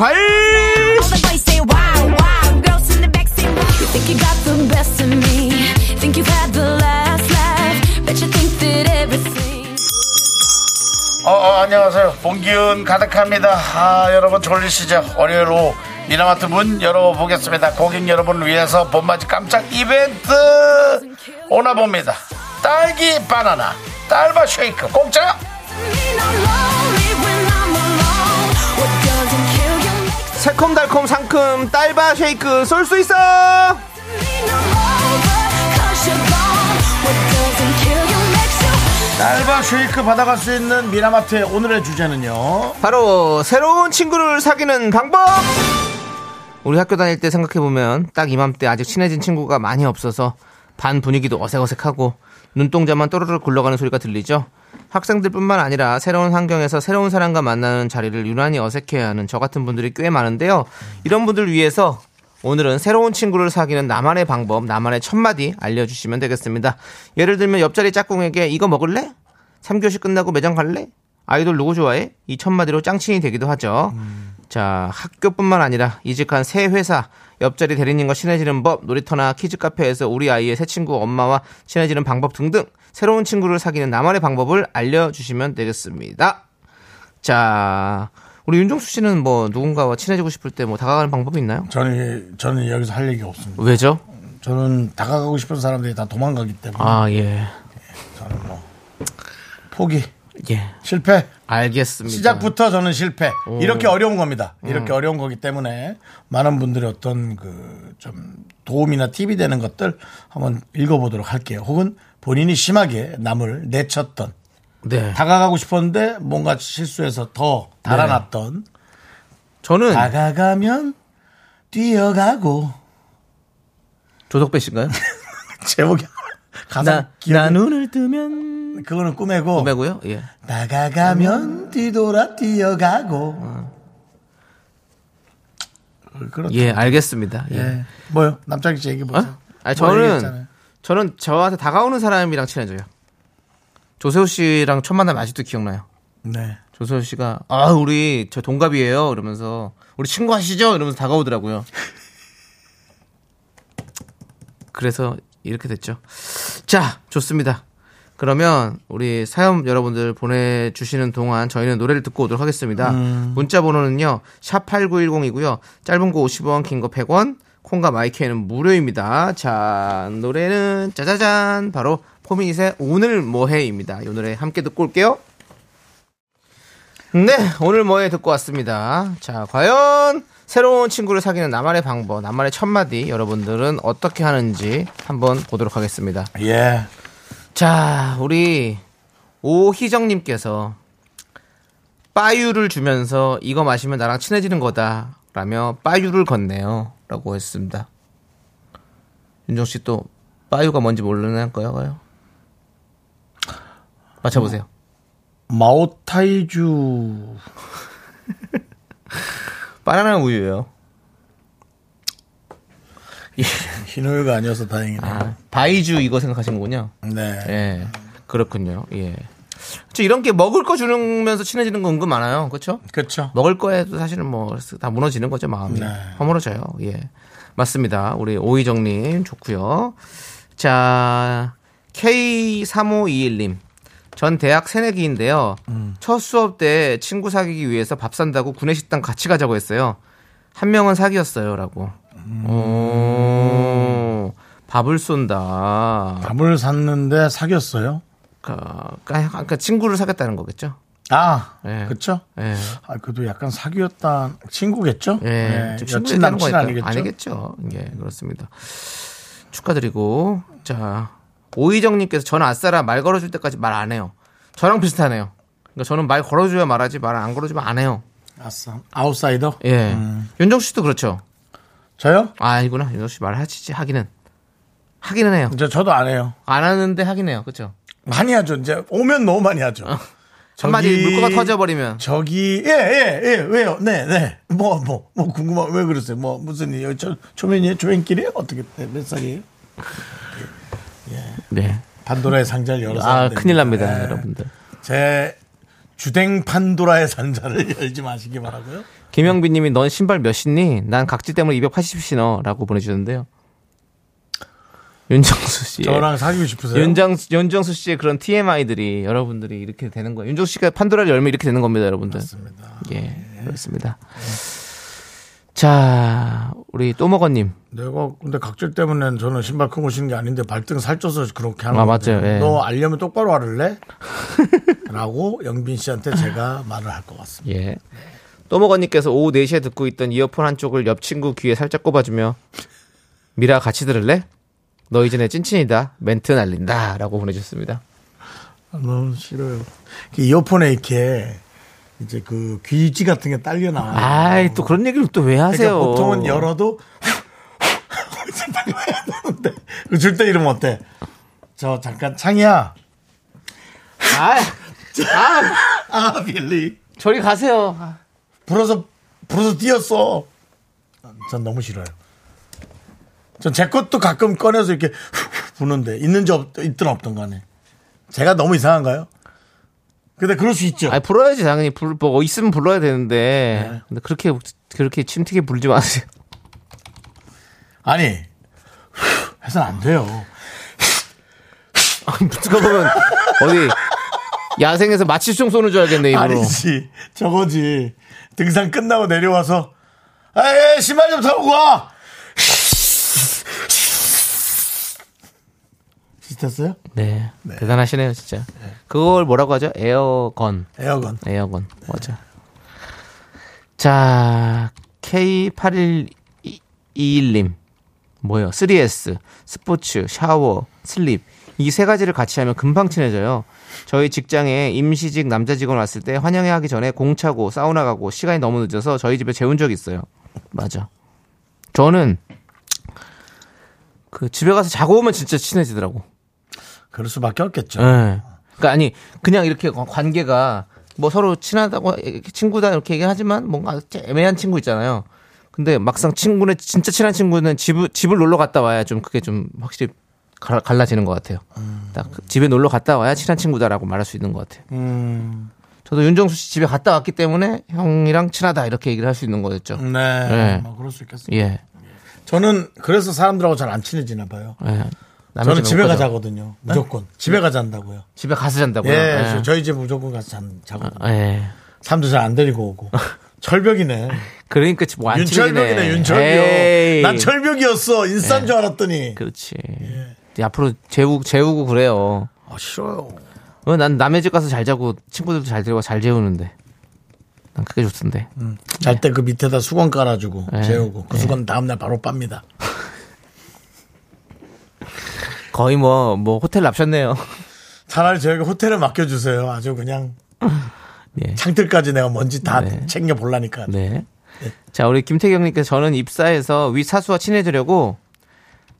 B: 콸콸콸!
G: All the boys say wow, wow. Girls in the back say wow. You think you got the best of me? Think you've had the last laugh? Bet you think that everything.
A: 어, 어, 안녕하세요. 봉기운 가득합니다. 아, 여러분 졸리시죠? 월요일 오후 미라마트 문 열어보겠습니다. 고객 여러분을 위해서 봄맞이 깜짝 이벤트 오나 봅니다. 딸기 바나나, 딸바 쉐이크, 공짜!
G: Ain't no lonely when I'm alone. What doesn't kill you makes
B: 새콤달콤 상큼 딸바 쉐이크 쏠 수 있어
G: me no over. Cause you're gone. What doesn't kill you makes you.
A: 딸바 쉐이크 받아갈 수 있는 미라마트의 오늘의 주제는요.
B: 바로 새로운 친구를 사귀는 방법 우리 학교 다닐 때 생각해보면 딱 이맘때 아직 친해진 친구가 많이 없어서 반 분위기도 어색어색하고 눈동자만 또르르 굴러가는 소리가 들리죠 학생들뿐만 아니라 새로운 환경에서 새로운 사람과 만나는 자리를 유난히 어색해하는 저 같은 분들이 꽤 많은데요 이런 분들 위해서 오늘은 새로운 친구를 사귀는 나만의 방법, 나만의 첫마디 알려주시면 되겠습니다. 예를 들면 옆자리 짝꿍에게 이거 먹을래? 3교시 끝나고 매장 갈래? 아이돌 누구 좋아해? 이 첫마디로 짱친이 되기도 하죠. 자, 학교뿐만 아니라 이직한 새 회사, 옆자리 대리님과 친해지는 법, 놀이터나 키즈카페에서 우리 아이의 새 친구 엄마와 친해지는 방법 등등 새로운 친구를 사귀는 나만의 방법을 알려주시면 되겠습니다. 자, 우리 윤종수 씨는 뭐 누군가와 친해지고 싶을 때 뭐 다가가는 방법이 있나요?
A: 저는, 저는 여기서 할 얘기 없습니다.
B: 왜죠?
A: 저는 다가가고 싶은 사람들이 다 도망가기 때문에
B: 아, 예.
A: 저는 뭐 포기,
B: 예.
A: 실패,
B: 알겠습니다.
A: 시작부터 저는 실패. 이렇게 어려운 겁니다. 이렇게
B: 음.
A: 어려운 거기 때문에 많은 분들의 어떤 그 좀 도움이나 팁이 되는 것들 한번 읽어보도록 할게요. 혹은 본인이 심하게 남을 내쳤던
B: 네.
A: 다가가고 싶었는데 뭔가 실수해서 더 달아났던
B: 네. 저는
A: 다가가면 뛰어가고
B: 조덕배 씨인가요?
A: 제목이 가사
B: 나, 나
A: 기억
B: 눈을 뜨면
A: 그거는 꿈에고
B: 매고요. 예.
A: 나가가면 뒤돌아 뛰어가고 음. 그렇죠.
B: 예, 알겠습니다. 예.
A: 예. 뭐요? 남자기 씨 얘기
B: 어?
A: 보세요.
B: 아니
A: 뭐
B: 저는
A: 얘기했잖아요.
B: 저는 저한테 다가오는 사람이랑 친해져요. 조세호 씨랑 첫 만남 아직도 기억나요.
A: 네.
B: 조세호 씨가 아, 우리 저 동갑이에요. 이러면서 우리 친구 하시죠? 이러면서 다가오더라고요. 그래서 이렇게 됐죠. 자, 좋습니다. 그러면 우리 사연 여러분들 보내주시는 동안 저희는 노래를 듣고 오도록 하겠습니다. 문자 번호는요. 샵8910이고요. 짧은 거 50원, 긴 거 100원, 콩과 마이크에는 무료입니다. 자, 노래는 짜자잔. 바로 포미닛의 오늘 뭐해입니다. 이 노래 함께 듣고 올게요. 네, 오늘 뭐해 듣고 왔습니다. 자, 과연 새로운 친구를 사귀는 나만의 방법, 나만의 첫마디 여러분들은 어떻게 하는지 한번 보도록 하겠습니다.
A: 예.
B: 자, 우리 오희정님께서 빠유를 주면서 이거 마시면 나랑 친해지는 거다라며 빠유를 건네요. 라고 했습니다. 윤정 씨 또 빠유가 뭔지 모르는 거예요? 맞춰보세요.
A: 마오타이주
B: 바나나 우유예요.
A: 흰우유가 아니어서 다행이네.
B: 아, 바이주 이거 생각하시는군요.
A: 네.
B: 예. 그렇군요. 예. 그 이런 게 먹을 거 주면서 친해지는 거 은근 많아요. 그렇죠?
A: 그렇죠.
B: 먹을 거에도 사실은 뭐 다 무너지는 거죠 마음이
A: 네.
B: 허물어져요. 예, 맞습니다. 우리 오희정님 좋고요. 자 K3521님 전 대학 새내기인데요. 첫 수업 때 친구 사귀기 위해서 밥 산다고 구내식당 같이 가자고 했어요. 한 명은 사귀었어요라고. 오, 밥을 쏜다.
A: 밥을 샀는데 사귀었어요.
B: 그러니까, 그러니까 친구를 사귀었다는 거겠죠.
A: 아,
B: 예.
A: 그렇죠.
B: 예.
A: 아, 그래도 약간 사귀었다 친구겠죠.
B: 예,
A: 예,
B: 좀
A: 여친
B: 친구였다는
A: 남친 아니겠죠.
B: 거니까 아니겠죠. 예, 그렇습니다. 축하드리고 자 오희정님께서 저는 아싸라 말 걸어줄 때까지 말 안 해요. 저랑 비슷하네요. 그러니까 저는 말 걸어줘야 말하지 말 안 걸어주면 안 해요.
A: 아싸. 아웃사이더.
B: 예,
A: 음.
B: 윤정 씨도 그렇죠.
A: 저요?
B: 아, 아니구나 윤정 씨 말하지 하기는 하기는 해요.
A: 저 저도 안 해요.
B: 안 하는데 하긴 해요. 그렇죠.
A: 많이 하죠. 이제 오면 너무 많이 하죠.
B: 어. 한마디 물꼬가 터져버리면
A: 저기 예 예 예 왜요? 네 네. 뭐 뭐 뭐 궁금한 왜 그러세요? 뭐 무슨 일이요? 저 초면이에요? 초면끼리요? 어떻게 네, 몇 살이에요?
B: 네.
A: 판도라의 상자를 열어서
B: 아
A: 안 됩니다.
B: 큰일 납니다,
A: 예.
B: 여러분들.
A: 제 주댕 판도라의 상자를 열지 마시기 바라고요.
B: 김영빈님이 넌 신발 몇 신니? 난 각질 때문에 280 신어라고 보내주는데요. 윤정수 씨,
A: 저랑 사귀고 싶으세요?
B: 윤정 윤정수 씨의 그런 TMI들이 여러분들이 이렇게 되는 거예요. 윤정수 씨가 판도라를 열면 이렇게 되는 겁니다, 여러분들.
A: 맞습니다. 네.
B: 예, 그렇습니다. 자, 우리 또먹어님.
A: 내가 근데 각질 때문에 저는 신발 크고 신는 게 아닌데 발등 살쪄서 그렇게 하는
B: 아,
A: 건데
B: 맞아요. 예.
A: 너 알려면 똑바로 알을래? 라고 영빈 씨한테 제가 말을 할 것 같습니다.
B: 예. 또먹어님께서 오후 4시에 듣고 있던 이어폰 한쪽을 옆 친구 귀에 살짝 꼽아주며 미라 같이 들을래? 너 이제 내 찐친이다. 멘트 날린다. 라고 보내주셨습니다.
A: 아, 너무 싫어요. 그 이어폰에 이렇게 이제 그 귀지 같은 게 딸려 나와요.
B: 아이 또 그런 얘기를 또 왜 하세요?
A: 그러니까 보통은 열어도 이제 나가야 되는데 줄때 이러면 어때? 저 잠깐 창이야.
B: 아, 아,
A: 아 빌리.
B: 저리 가세요. 아,
A: 불어서 불어서 뛰었어. 전 너무 싫어요. 전 제 것도 가끔 꺼내서 이렇게 부는데 있는지 없, 있든 없든 간에 제가 너무 이상한가요? 근데 그럴 수 있죠.
B: 아니 불어야지 당연히 불, 뭐 있으면 불러야 되는데
A: 네.
B: 근데 그렇게 그렇게 침튀게 불지 마세요.
A: 아니 해선 안 돼요.
B: 아니 누가 보면 어디 야생에서 마취총 쏘는 줄 알겠네 입으로.
A: 아니지 저거지 등산 끝나고 내려와서 아예 신발 좀 사고 와 비슷했어요?
B: 네, 대단하시네요 진짜. 그걸 뭐라고 하죠? 에어건.
A: 에어건
B: 에어건 맞아. 자 K8121님 뭐예요? 3S 스포츠 샤워 슬립 이 세 가지를 같이 하면 금방 친해져요. 저희 직장에 임시직 남자 직원 왔을 때 환영회 하기 전에 공차고 사우나 가고 시간이 너무 늦어서 저희 집에 재운 적이 있어요. 맞아. 저는 그 집에 가서 자고 오면 진짜 친해지더라고.
A: 그럴 수밖에 없겠죠.
B: 예. 그러니까 아니 그냥 이렇게 관계가 뭐 서로 친하다고 이렇게 친구다 이렇게 얘기하지만 뭔가 애매한 친구 있잖아요. 근데 막상 친구네 진짜 친한 친구는 집을 집을 놀러 갔다 와야 좀 그게 좀 확실히 갈- 갈라지는 것 같아요.
A: 음.
B: 딱그 집에 놀러 갔다 와야 친한 친구다라고 말할 수 있는 것 같아요.
A: 음.
B: 저도 윤정수 씨 집에 갔다 왔기 때문에 형이랑 친하다 이렇게 얘기를 할 수 있는 거였죠.
A: 네,
B: 네.
A: 뭐 그럴 수 있겠어요.
B: 예.
A: 저는 그래서 사람들하고 잘 안 친해지나 봐요.
B: 예. 남의
A: 저는 집에
B: 못
A: 가
B: 가죠.
A: 자거든요. 무조건. 집에 가 잔다고요.
B: 집에 가서 잔다고요.
A: 예,
B: 예.
A: 저- 저희 집 무조건 가서 잔, 자거든요.
B: 아, 예.
A: 사람도 잘 안 데리고 오고. 철벽이네.
B: 그러니까 지금 완치네
A: 윤철벽이네, 네. 윤철벽. 난 철벽이었어. 인싸인 줄 알았더니.
B: 그렇지. 예. 앞으로 재우 재우고 그래요.
A: 아, 싫어요.
B: 어, 난 남의 집 가서 잘 자고 친구들도 잘 데리고 잘 재우는데. 난 그게 좋던데.
A: 잘 때 그 밑에다 수건 깔아주고,
B: 예.
A: 재우고. 그 수건 다음날 바로 빱니다.
B: 거의 뭐 뭐 호텔 납셨네요.
A: 차라리 저에게 호텔을 맡겨주세요. 아주 그냥. 네.
B: 예.
A: 창틀까지 내가 뭔지 다 챙겨 볼라니까.
B: 네. 자, 우리 김태경님께서 저는 입사해서 위 사수와 친해지려고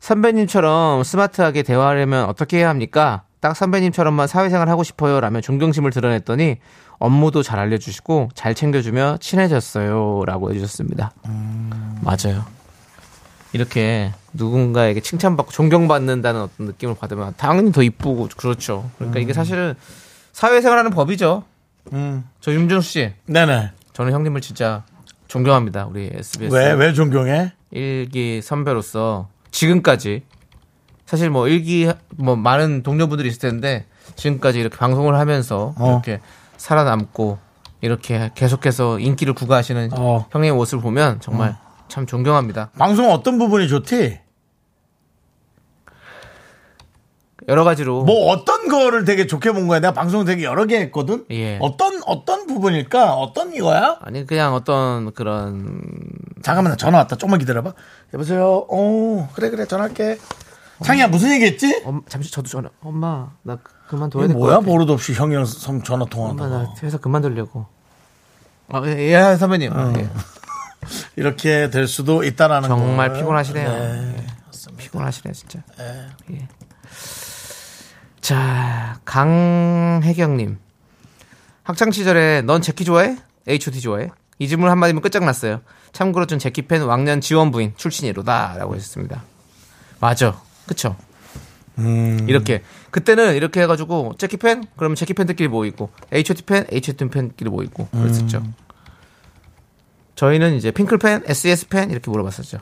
B: 선배님처럼 스마트하게 대화하려면 어떻게 해야 합니까? 딱 선배님처럼만 사회생활 하고 싶어요. 라며 존경심을 드러냈더니 업무도 잘 알려주시고 잘 챙겨주며 친해졌어요. 라고 해주셨습니다. 맞아요. 이렇게 누군가에게 칭찬받고 존경받는다는 어떤 느낌을 받으면 당연히 더 이쁘고 그렇죠. 그러니까 이게 사실은 사회생활하는 법이죠. 저 윤정수 씨.
A: 네네.
B: 저는 형님을 진짜 존경합니다. 우리 SBS
A: 왜, 왜 존경해?
B: 일기 선배로서 지금까지 사실 뭐 일기 뭐 많은 동료분들이 있을 텐데 지금까지 이렇게 방송을 하면서
A: 어.
B: 이렇게 살아남고 이렇게 계속해서 인기를 구가하시는
A: 어.
B: 형님의 모습을 보면 정말 참 존경합니다.
A: 방송 어떤 부분이 좋지?
B: 여러 가지로
A: 뭐 어떤 거를 되게 좋게 본 거야? 내가 방송 되게 여러 개 했거든.
B: 예.
A: 어떤 어떤 부분일까? 어떤 이거야?
B: 아니 그냥 어떤 그런
A: 잠깐만 나 전화 왔다. 조금만 기다려봐. 여보세요. 어 그래 그래 전화할게. 창이야 무슨 얘기했지?
B: 엄- 잠시 저도 전화 엄마 나
A: 이게
B: 그만둬야 될것
A: 뭐야
B: 같아.
A: 버릇 없이 형이랑 선- 전화
B: 엄마
A: 통화하다.
B: 나 회사 그만두려고. 아, 예, 예, 선배님.
A: 어.
B: 아, 예.
A: 이렇게 될 수도 있다라는 거.
B: 정말 피곤하시네요.
A: 네.
B: 예. 피곤하시네 진짜. 예. 자 강혜경님 학창 시절에 넌 제키 좋아해? H.O.T 좋아해? 이 질문 한마디면 끝장났어요. 참고로 전 제키 팬 왕년 지원 부인 출신이로다라고 했습니다. 맞아, 그쵸? 이렇게 그때는 이렇게 해가지고 제키 팬 그러면 제키 팬들끼리 모이고 H.O.T 팬 H.O.T 팬끼리 모이고 그랬었죠. 저희는 이제 핑클 팬, S.E.S 팬 이렇게 물어봤었죠.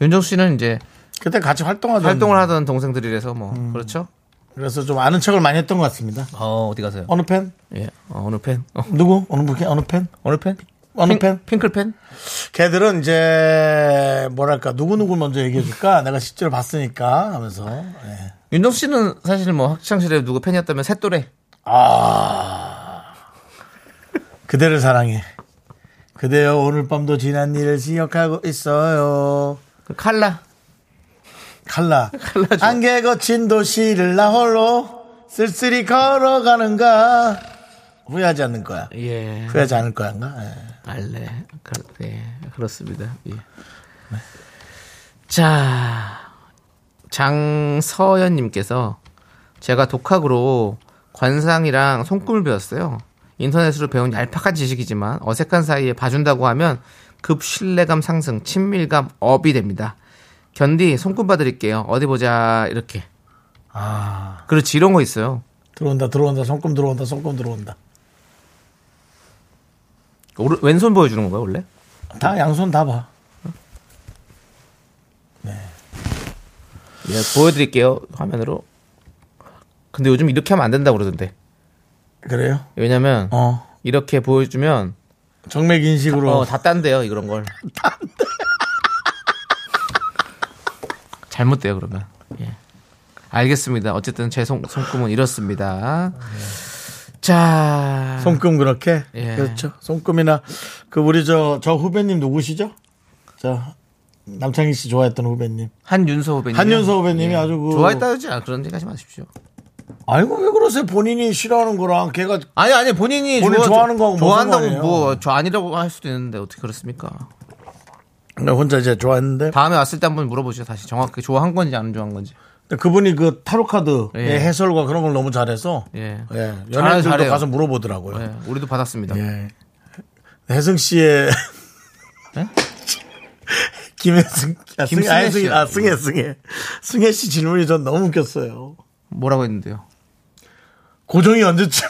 B: 윤정수 씨는 이제
A: 그때 같이 활동하던
B: 활동을 하던 동생들이라서 뭐
A: 음.
B: 그렇죠.
A: 그래서 좀 아는 척을 많이 했던 것 같습니다.
B: 어 어디 가세요?
A: 어느 팬?
B: 예, 어, 느 팬? 어,
A: 누구? 어느 분? 어느 팬?
B: 어느 팬?
A: 어느
B: 핑-
A: 팬?
B: 핑클 팬?
A: 걔들은 이제 뭐랄까 누구 누구 먼저 얘기해줄까? 내가 실제로 봤으니까 하면서. 예.
B: 윤정수 씨는 사실 뭐 학창 시절에 누구 팬이었다면 새또래.
A: 아. 그대를 사랑해. 그대여 오늘 밤도 지난 일을 기억하고 있어요.
B: 그 칼라.
A: 칼라. 안개 거친 도시를 나 홀로 쓸쓸히 걸어가는가. 후회하지 않는 거야.
B: 예.
A: 후회하지 않을 거야인가? 예.
B: 알레. 그, 예. 그렇습니다. 예. 자. 장서연 님께서 제가 독학으로 관상이랑 손금을 배웠어요. 인터넷으로 배운 얄팍한 지식이지만 어색한 사이에 봐준다고 하면 급 신뢰감 상승, 친밀감 업이 됩니다. 견디 손금 봐드릴게요. 어디 보자 이렇게. 아, 그렇지 이런 거 있어요.
A: 들어온다, 들어온다, 손금 들어온다, 손금 들어온다.
B: 오른- 왼손 보여주는 건가요 원래?
A: 다 양손 다 봐.
B: 예, 보여드릴게요 화면으로. 근데 요즘 이렇게 하면 안 된다고 그러던데.
A: 그래요?
B: 왜냐면
A: 어.
B: 이렇게 보여주면
A: 정맥 인식으로.
B: 어, 다 딴대요 이런 걸. 잘못돼요 그러면. 예. 알겠습니다. 어쨌든 제 손, 손금은 이렇습니다. 자,
A: 손금 그렇게?
B: 예.
A: 그렇죠. 손금이나 그 우리 저, 저 후배님 누구시죠? 저 남창희 씨 좋아했던 후배님.
B: 한윤서 후배님.
A: 한윤서 후배님이 아주 그-
B: 예. 좋아했다지 그런 얘기 하지 마십시오.
A: 아이고 왜 그러세요? 본인이 싫어하는 거랑 걔가
B: 아니 아니 본인이
A: 본인 좋아하는 거하고 무슨
B: 좋아한다고
A: 상관이에요?
B: 뭐 저 아니라고 할 수도 있는데 어떻게 그렇습니까?
A: 나 혼자 이제 좋아했는데
B: 다음에 왔을 때 한번 물어보죠 다시 정확하게 좋아한 건지 안 좋아한 건지.
A: 근데 그분이 그 타로 카드의
B: 예.
A: 해설과 그런 걸 너무 잘해서
B: 예.
A: 예,
B: 잘해요,
A: 연예인들도
B: 잘해요.
A: 가서 물어보더라고요.
B: 예, 우리도 받았습니다.
A: 네. 예. 혜승 씨의 김혜승 아, 승,
B: 예? 김승혜
A: 아, 승,
B: 씨요.
A: 아 승혜 승혜 승혜 씨 질문이 전 너무 웃겼어요.
B: 뭐라고 했는데요?
A: 고정이 언제쯤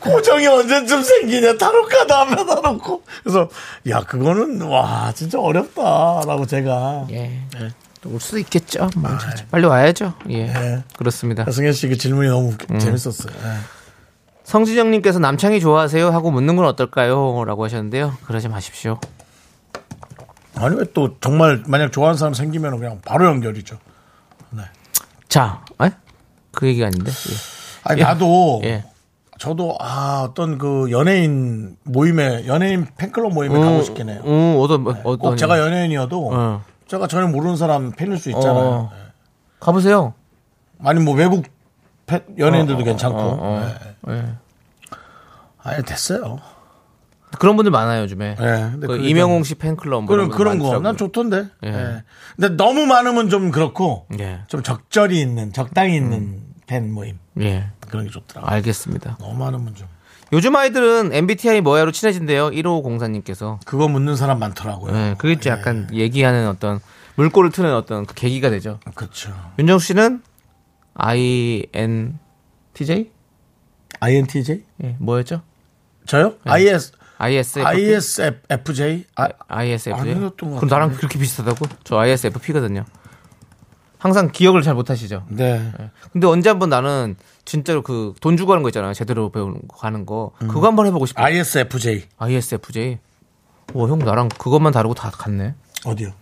A: 고정이 언제쯤 생기냐 타로카드 안 받아놓고 그래서 야 그거는 와 진짜 어렵다라고 제가
B: 예.
A: 예. 아,
B: 올 수도 있겠죠. 뭐, 빨리 와야죠. 예.
A: 예.
B: 그렇습니다.
A: 승현 씨 그 질문이 너무 웃기-
B: 음.
A: 재밌었어요. 예.
B: 성지정님께서 남창이 좋아하세요? 하고 묻는 건 어떨까요? 라고 하셨는데요. 그러지 마십시오.
A: 아니 왜 또 정말 만약 좋아하는 사람 생기면 그냥 바로 연결이죠.
B: 자, 에? 그 얘기가 아닌데. 예.
A: 아니
B: 예.
A: 나도
B: 예.
A: 저도 아 어떤 그 연예인 모임에 연예인 팬클럽 모임에 가고 싶긴 해요.
B: 음, 어떤, 어떤.
A: 꼭 제가 연예인이어도
B: 어.
A: 제가 전혀 모르는 사람 팬일 수 있잖아요. 예.
B: 어. 가보세요.
A: 아니 뭐 외국 팬-
B: 어,
A: 연예인들도 괜찮고. 예.
B: 예.
A: 아니 예, 됐어요.
B: 그런 분들 많아요, 요즘에.
A: 예, 근데
B: 그
A: 그게
B: 이명웅 씨 팬클럽. 뭐
A: 그런 그런 거.
B: 분들
A: 난
B: 많더라고요.
A: 좋던데.
B: 예.
A: 예. 근데 너무 많으면 좀 그렇고
B: 예. 음.
A: 좀 적절히 있는 적당히 있는 팬 모임
B: 예.
A: 그런 게 좋더라.
B: 알겠습니다.
A: 너무 많으면 좀
B: 요즘 아이들은 MBTI 뭐야로 친해진대요. 1호 공사님께서.
A: 그거 묻는 사람 많더라고요.
B: 예, 그게 이제 약간 얘기하는 어떤 물꼬를 트는 어떤 그 계기가 되죠.
A: 그렇죠.
B: 윤정수 씨는 INTJ?
A: INTJ?
B: 예, 뭐였죠?
A: 저요?
B: 네.
A: IS
B: ISFP?
A: ISFJ? 아,
B: ISFJ?
A: 아니었던 것
B: 그럼
A: 같은데.
B: 나랑 그렇게 비슷하다고? 저 ISFP거든요. 항상 기억을 잘 못하시죠?
A: 네.
B: 근데 언제 한번 나는 진짜로 그 돈 주고 하는 거 있잖아요. 제대로 배우는 거 하는 거.
A: 음.
B: 그거 한번 해보고 싶어요.
A: 아. ISFJ.
B: ISFJ. 오, 형 나랑 그것만 다르고 다 같네.
A: 어디요?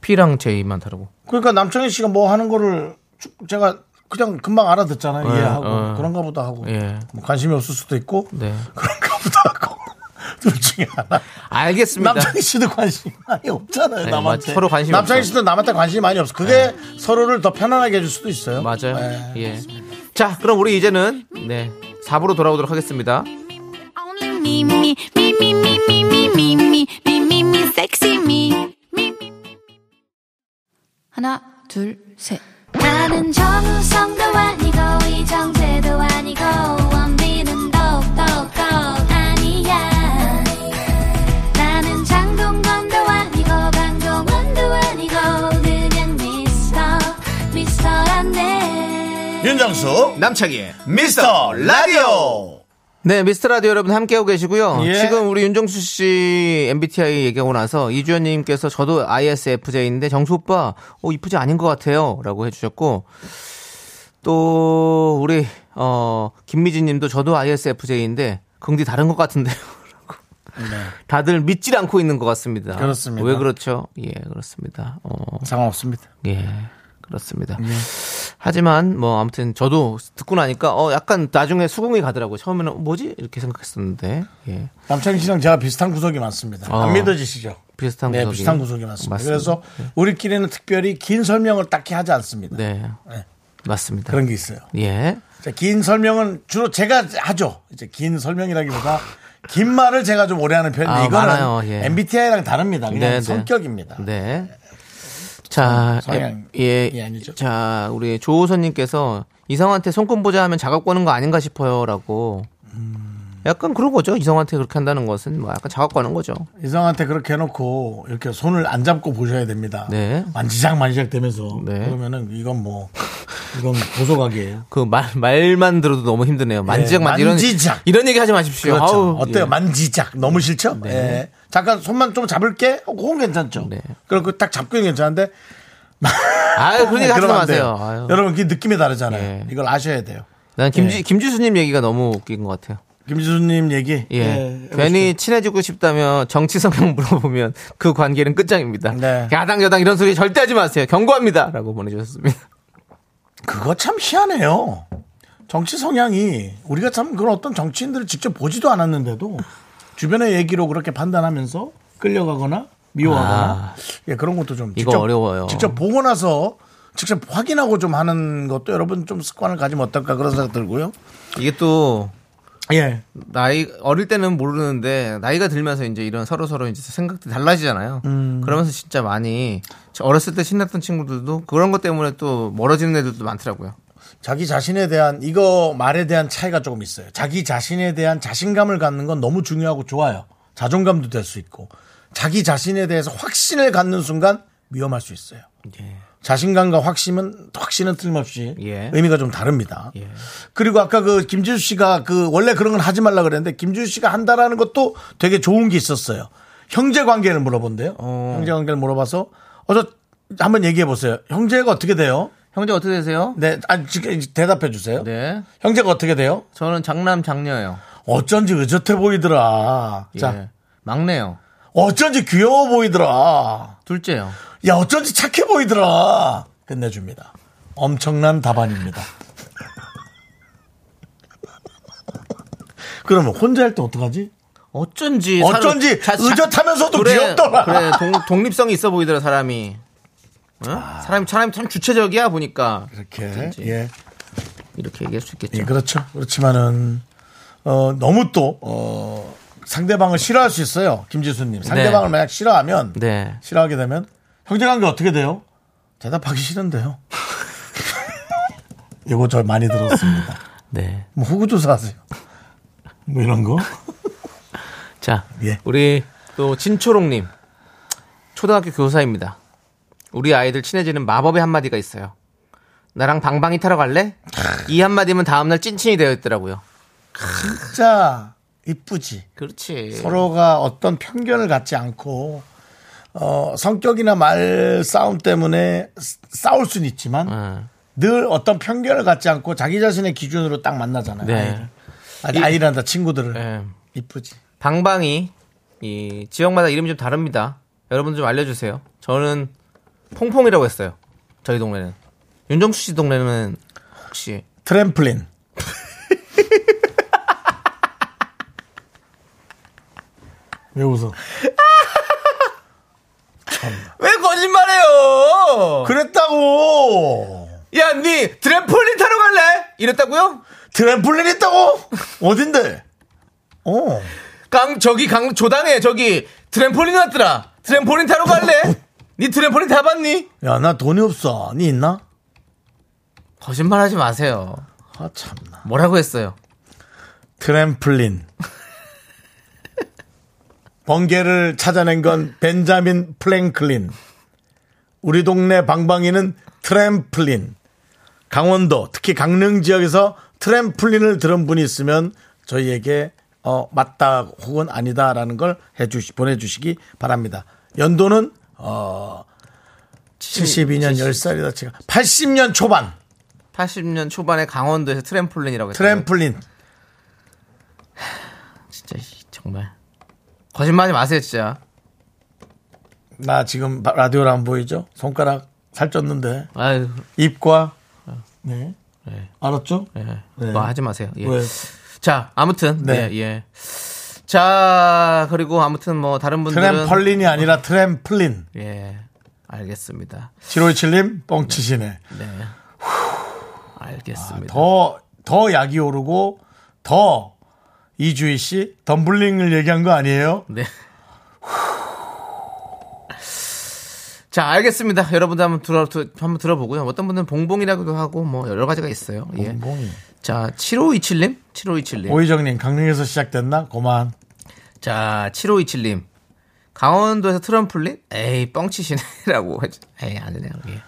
B: P랑 J만 다르고.
A: 그러니까 남창희 씨가 뭐 하는 거를 쭉 제가 그냥 금방 알아듣잖아요.
B: 예,
A: 이해하고
B: 어.
A: 그런가 보다 하고
B: 예.
A: 뭐 관심이 없을 수도 있고
B: 네.
A: 그런가 보다 하고 둘 중에 하나.
B: 알겠습니다.
A: 남창희 씨도 관심 이 많이 없잖아요.
B: 네,
A: 남한테
B: 맞- 서로 관심이
A: 남창희
B: 없어요.
A: 씨도 남한테 관심이 많이 없어. 그게 서로를 더 편안하게 해줄 수도 있어요.
B: 맞아요.
A: 예.
B: 예. 자, 그럼 우리 이제는 네. 4부로 돌아오도록 하겠습니다.
G: Only me, me, me, me, me, me, me, me, me, me, me, me, sexy me.
J: 하나, 둘, 셋.
G: 나는 정우성도 아니고 이정재도 아니고 원빈은 더욱더 아니야 나는 장동건도 아니고 강동원도 아니고 그냥 미스터 미스터란데
A: 윤정수 남창희 미스터 라디오.
B: 네, 미스터 라디오 여러분 함께하고 계시고요.
A: 예.
B: 지금 우리 윤정수 씨 MBTI 얘기하고 나서 이주연님께서 저도 ISFJ인데 정수 오빠, 어, 이쁘지 아닌 것 같아요. 라고 해주셨고, 또, 우리, 어, 김미진 님도 저도 ISFJ인데, 긍디 다른 것 같은데요. 라고. 네. 다들 믿질 않고 있는 것 같습니다.
A: 그렇습니다.
B: 왜 그렇죠? 예, 그렇습니다. 어,
A: 상관없습니다.
B: 예, 그렇습니다.
A: 예.
B: 하지만 뭐 아무튼 저도 듣고 나니까 어 약간 나중에 수긍이 가더라고요. 처음에는 어, 뭐지 이렇게 생각했었는데 예.
A: 남창희 씨랑 제가 비슷한 구석이 많습니다.
B: 어.
A: 안 믿어지시죠?
B: 비슷한
A: 네,
B: 구석이.
A: 비슷한 구석이 많습니다.
B: 맞습니다.
A: 그래서 우리끼리는 특별히 긴 설명을 딱히 하지 않습니다.
B: 네, 맞습니다.
A: 그런 게 있어요.
B: 예,
A: 자, 긴 설명은 주로 제가 하죠. 이제 긴 설명이라기보다 긴 말을 제가 좀 오래 하는 편인데
B: 아,
A: 이거는
B: 많아요. 예.
A: MBTI랑 다릅니다. 그냥
B: 네, 네.
A: 성격입니다.
B: 네. 자,
A: 성향.
B: 예,
A: 예, 아니죠.
B: 자 우리 조호선님께서 이성한테 손금 보자 하면 자각 거는 거 아닌가 싶어요라고.
A: 음.
B: 약간 그런 거죠. 이성한테 그렇게 한다는 것은 뭐 약간 자각 거는 거죠.
A: 이성한테 그렇게 해놓고 이렇게 손을 안 잡고 보셔야 됩니다.
B: 네.
A: 만지작 만지작 되면서
B: 네.
A: 그러면은 이건 뭐 이건 고소각이에요.
B: 그 말 말만 들어도 너무 힘드네요. 예, 만지작만 이런
A: 만지작.
B: 이런 얘기 하지 마십시오.
A: 그렇죠.
B: 아우,
A: 어때요?
B: 예.
A: 만지작 너무 싫죠? 예. 잠깐 손만 좀 잡을게. 어, 그건 괜찮죠.
B: 네.
A: 그리고 딱 잡기는 괜찮은데
B: 아유, 그런 얘기 하지
A: 그러면 안
B: 마세요.
A: 돼요.
B: 아유.
A: 여러분 그 느낌이 다르잖아요.
B: 예.
A: 이걸 아셔야 돼요.
B: 난 김지, 김지수님 얘기가 너무 웃긴 것 같아요.
A: 김지수님 얘기.
B: 예.
A: 예,
B: 괜히 친해지고 싶다면 정치 성향 물어보면 그 관계는 끝장입니다.
A: 네.
B: 야당, 여당 이런 소리 절대 하지 마세요. 경고합니다. 라고 보내주셨습니다.
A: 그거 참 희한해요. 정치 성향이 우리가 참 그런 어떤 정치인들을 직접 보지도 않았는데도 주변의 얘기로 그렇게 판단하면서 끌려가거나 미워하거나 예, 그런 것도 좀
B: 아, 이거 어려워요.
A: 직접 보고 나서 직접 확인하고 좀 하는 것도 여러분 좀 습관을 가지면 어떨까 그런 생각 들고요.
B: 이게 또,
A: 예.
B: 나이, 어릴 때는 모르는데, 나이가 들면서 이제 이런 서로서로 이제 생각들이 달라지잖아요. 그러면서 진짜 많이, 저 어렸을 때 신났던 친구들도 그런 것 때문에 또 멀어지는 애들도 많더라고요.
A: 자기 자신에 대한 이거 말에 대한 차이가 조금 있어요. 자기 자신에 대한 자신감을 갖는 건 너무 중요하고 좋아요. 자존감도 될 수 있고 자기 자신에 대해서 확신을 갖는 순간 위험할 수 있어요. 자신감과 확신은 확신은 틀림없이
B: 예.
A: 의미가 좀 다릅니다. 그리고 아까 그 김지수 씨가 그 원래 그런 건 하지 말라 그랬는데 김지수 씨가 한다라는 것도 되게 좋은 게 있었어요. 형제 관계를 물어본대요. 형제 관계를 물어봐서 어저 한번 얘기해 보세요. 형제가 어떻게 돼요?
B: 형제 어떻게 되세요?
A: 네, 아니 지금 대답해 주세요.
B: 네.
A: 형제가 어떻게 돼요?
B: 저는 장남 장녀예요.
A: 어쩐지 의젓해 보이더라. 자,
B: 예. 막내요.
A: 어쩐지 귀여워 보이더라.
B: 둘째요.
A: 야, 어쩐지 착해 보이더라. 끝내줍니다. 엄청난 답안입니다. 그러면 혼자 할 때 어떡하지?
B: 어쩐지
A: 어쩐지
B: 사람-
A: 의젓하면서도 귀엽더라.
B: 그래 동, 독립성이 있어 보이더라 사람이. 어? 사람이 사람이 참 주체적이야 보니까
A: 이렇게
B: 어쩐지.
A: 예.
B: 이렇게 얘기할 수 있겠죠.
A: 예, 그렇죠. 그렇지만은 어, 너무 또 어, 상대방을 싫어할 수 있어요, 김지수님. 상대방을
B: 네.
A: 만약 싫어하면
B: 네.
A: 싫어하게 되면 형제관계 어떻게 돼요? 대답하기 싫은데요. 이거 저 많이 들었습니다.
B: 네.
A: 뭐 호구조사하세요. 뭐 이런 거?
B: 자,
A: 예.
B: 우리 또 진초롱님 초등학교 교사입니다. 우리 아이들 친해지는 마법의 한마디가 있어요. 나랑 방방이 타러 갈래? 이 한마디면 다음날 찐친이 되어 있더라고요.
A: 진짜 이쁘지.
B: 그렇지.
A: 서로가 어떤 편견을 갖지 않고 어, 성격이나 말 싸움 때문에 싸- 싸울 수는 있지만
B: 응.
A: 늘 어떤 편견을 갖지 않고 자기 자신의 기준으로 딱 만나잖아요.
B: 네.
A: 아이를. 아니, 아이란다 친구들을
B: 예.
A: 이쁘지.
B: 방방이 이 지역마다 이름이 좀 다릅니다. 여러분 좀 알려주세요. 저는 퐁퐁이라고 했어요. 저희 동네는 윤정수 씨 동네는 혹시
A: 트램플린. 왜 웃어?
B: 왜 거짓말해요?
A: 그랬다고.
B: 야, 니 트램폴린 타러 갈래? 이랬다고요?
A: 트램플린 있다고? 어딘데? 어.
B: 강 저기 강 조당에 저기 트램폴린 왔더라. 트램폴린 타러 갈래? 니 트램폴린 타봤니?
A: 야, 나 돈이 없어. 니 있나?
B: 거짓말하지 마세요.
A: 아, 참나.
B: 뭐라고 했어요?
A: 트램플린. 번개를 찾아낸 건 벤자민 플랭클린. 우리 동네 방방이는 트램플린. 강원도, 특히 강릉 지역에서 트램플린을 들은 분이 있으면 저희에게 어, 맞다 혹은 아니다라는 걸 해주시, 보내주시기 바랍니다. 연도는 어, 72년 10살이다. 제가 80년 초반
B: 80년 초반에 강원도에서 트램폴린이라고 했어요.
A: 트램플린.
B: 진짜 씨, 정말 거짓말하지 마세요, 진짜.
A: 나 지금 바- 라디오를 안 보이죠? 손가락 살쪘는데
B: 아유,
A: 입과 네. 알았죠?
B: 예.
A: 네.
B: 뭐 하지 마세요. 예.
A: 왜?
B: 자, 아무튼
A: 네.
B: 예, 예. 자, 그리고 아무튼 뭐 다른 분들은
A: 트램펄린이 아니라 트램플린.
B: 예. 알겠습니다.
A: 757님 뻥치시네. 네.
B: 네. 알겠습니다.
A: 더 더 약이 오르고 더 이주희 씨 덤블링을 얘기한 거 아니에요?
B: 네. 자, 알겠습니다. 여러분들 한번 들어 두- 한번 들어보고요. 어떤 분은 들 봉봉이라고도 하고 뭐 여러 가지가 있어요. 예.
A: 봉봉이. 네.
B: 자, 7527님, 7527님.
A: 오희정님 강릉에서 시작됐나? 고만.
B: 자, 7527님. 강원도에서 트럼플린? 에이, 뻥치시네라고. 에이, 아니네요. 예.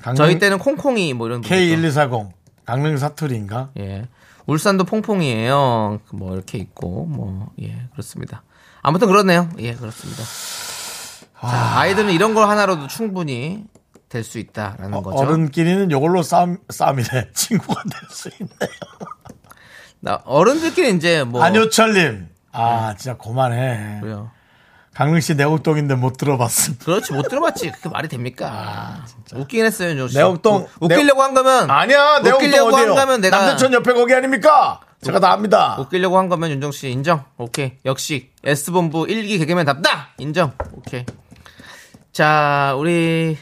A: 강릉
B: 저희 때는 콩콩이 뭐 이런 분 있고.
A: K1240 강릉 사투리인가?
B: 예. 울산도 퐁퐁이에요. 뭐 이렇게 있고 뭐 예, 그렇습니다. 아무튼 그렇네요. 예, 그렇습니다. 자, 아이들은 이런 걸 하나로도 충분히 될 수 있다라는 거죠.
A: 어른끼리는 이걸로 싸움 싸움이래. 친구가 될 수 있네요.
B: 나 어른들끼리 이제 뭐 네.
A: 안효철님. 아 진짜 고만해.
B: 그래요.
A: 강릉시 내곡동인데 못 들어봤음.
B: 그렇지 못 들어봤지. 그게 말이 됩니까? 웃기긴 했어요, 윤종 씨.
A: 아, 내옥동,
B: 웃- 웃기려고 한 거면
A: 아니야, 내곡동
B: 음. 웃기려고 한
A: 어디요?
B: 거면 내가
A: 남대천 옆에 거기 아닙니까? 제가 다 압니다.
B: 웃기려고 한 거면 윤정 씨 인정. 오케이. 역시 S본부 1기 개그맨답다. 인정. 오케이. 자, 우리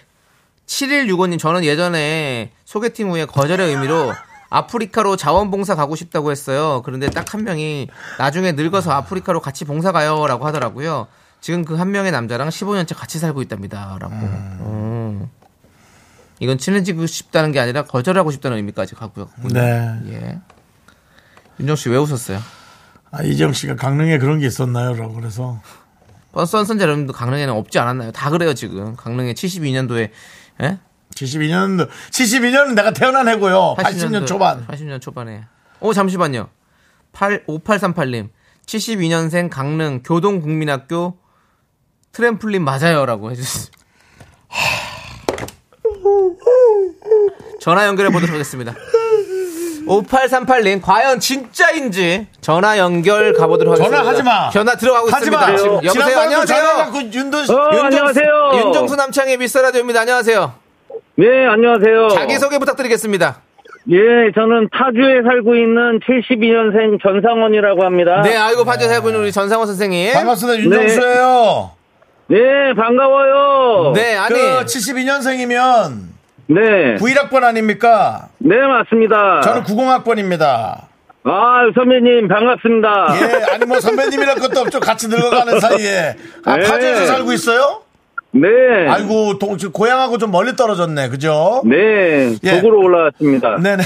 B: 7165님 저는 예전에 소개팅 후에 거절의 의미로 아프리카로 자원봉사 가고 싶다고 했어요. 그런데 딱 한 명이 나중에 늙어서 아프리카로 같이 봉사 가요라고 하더라고요. 지금 그 한 명의 남자랑 15년째 같이 살고 있답니다라고. 음. 이건 친해지고 싶다는 게 아니라 거절하고 싶다는 의미까지 가고요.
A: 네.
B: 예. 윤정 씨 왜 웃었어요?
A: 아, 이정 씨가 강릉에 그런 게 있었나요? 라고 그래서.
B: 뭐 선선자 여러분도 강릉에는 없지 않았나요? 다 그래요 지금 강릉에 72년도에
A: 72년, 72년은 내가 태어난 해고요. 80년
B: 80년도,
A: 초반.
B: 80년 초반에. 오 잠시만요. 8 5838님. 72년생 강릉 교동국민학교 트램플린 맞아요라고 해주셨습니다. 전화 연결해 보도록 하겠습니다. 5838님 과연 진짜인지 전화 연결 가보도록 하겠습니다.
A: 전화하지 마.
B: 전화 들어가고
A: 하지
B: 있습니다.
A: 마.
B: 지금
A: 지난번에도
B: 여보세요.
A: 전화해갖고
B: 어,
A: 윤돈
B: 안녕하세요.
K: 어,
B: 윤정수- 윤정수 남창의 미스터 라디오입니다. 안녕하세요.
K: 네, 안녕하세요.
B: 자기 소개 부탁드리겠습니다.
K: 예, 저는 파주에 살고 있는 72년생 전상원이라고 합니다.
B: 네, 아이고 파주 살고 있는 우리 전상호 선생님.
A: 반갑습니다. 윤정수예요.
K: 네, 반가워요.
B: 네, 아니.
A: 그 72년생이면
K: 네.
A: 91학번 아닙니까?
K: 네, 맞습니다.
A: 저는 90학번입니다.
K: 아, 선배님, 반갑습니다.
A: 예, 아니 뭐 선배님이랄 것도 없죠. 같이 늙어가는 사이에. 아,
K: 네.
A: 파주에서 살고 있어요?
K: 네.
A: 아이고, 동, 지금 고향하고 좀 멀리 떨어졌네. 그죠?
K: 네,
A: 예.
K: 북으로 올라왔습니다.
A: 네네.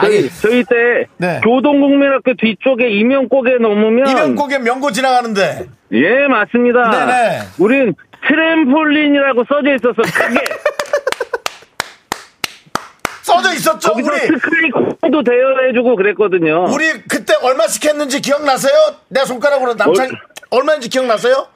K: 저희, 저희 때
A: 네.
K: 교동국민학교 뒤쪽에 이명곡에 넘으면
A: 이명곡에 명고 지나가는데.
K: 예, 맞습니다.
A: 네네.
K: 우린 트램폴린이라고 써져 있어서 크게
A: 써져 있었죠,
K: 거기서
A: 우리.
K: 스크린 콩도 대여해주고 그랬거든요.
A: 우리 그때 얼마씩 했는지 기억나세요? 내 손가락으로 남창 얼마인지 기억나세요?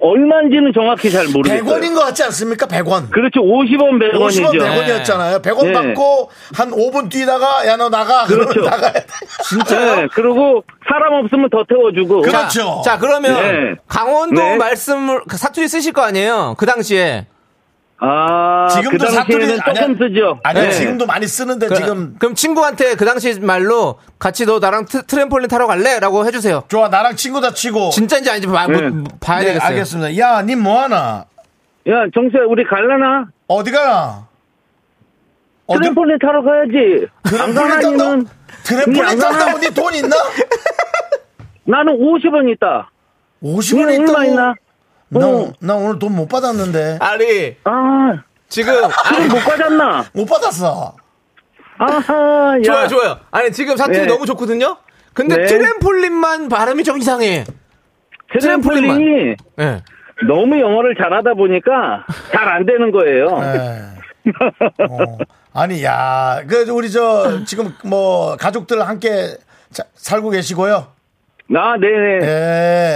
K: 얼마인지는 정확히 잘 어. 모르겠어요.
A: 100원인 것 같지 않습니까? 100원.
K: 그렇죠. 50원 100원이죠. 네.
A: 50원 100원이었잖아요. 100원 받고 한 5분 뛰다가 야 너 나가. 그러면
K: 그렇죠.
A: 나가야 돼.
K: 진짜요? 네, 그리고 사람 없으면 더 태워주고.
A: 그렇죠.
B: 자, 자, 그러면
K: 네.
B: 강원도
K: 네.
B: 말씀을 그 사투리 쓰실 거 아니에요? 그 당시에.
K: 아,
A: 지금도
K: 그 당시에는
A: 사투리는 아니야.
K: 조금 쓰죠.
A: 아니
K: 네.
A: 지금도 많이 쓰는데
B: 그,
A: 지금
B: 럼 친구한테 그 당시 말로 같이 너 나랑 트, 램폴린 타러 갈래? 라고 해주세요.
A: 좋아 나랑 친구다 치고
B: 진짜인지 아닌지 봐,
K: 네.
B: 뭐, 봐야
A: 네,
B: 되겠어요.
A: 알겠습니다. 야, 니 뭐하나?
K: 야, 정수야, 우리 갈라나?
A: 어디 가나? 어디?
K: 트램폴린 타러 가야지. 안
A: 트램폴린
K: 가나니는
A: 탄다? 트램폴린
K: 안 가나?
A: 탄다고 니돈 있나?
K: 나는 50원 있다.
A: 50원
K: 니는 얼마
A: 있다고?
K: 있나?
A: 나,
K: 어.
A: 나 오늘 돈 못 받았는데.
B: 아니,
K: 아,
B: 지금.
K: 지금
B: 아니,
K: 못 가졌나?
A: 못 받았어.
K: 아하, 야.
B: 좋아요, 좋아요. 아니, 지금 사투리
K: 네.
B: 너무 좋거든요? 근데
K: 네.
B: 트램폴린만 발음이 좀 이상해.
K: 트램폴린이
B: 트램폴린만. 예.
K: 너무 영어를 잘하다 보니까 잘 안 되는 거예요.
A: 예. 어. 아니, 야. 그, 우리 저, 지금 뭐, 가족들 함께 자- 살고 계시고요.
K: 아, 네네.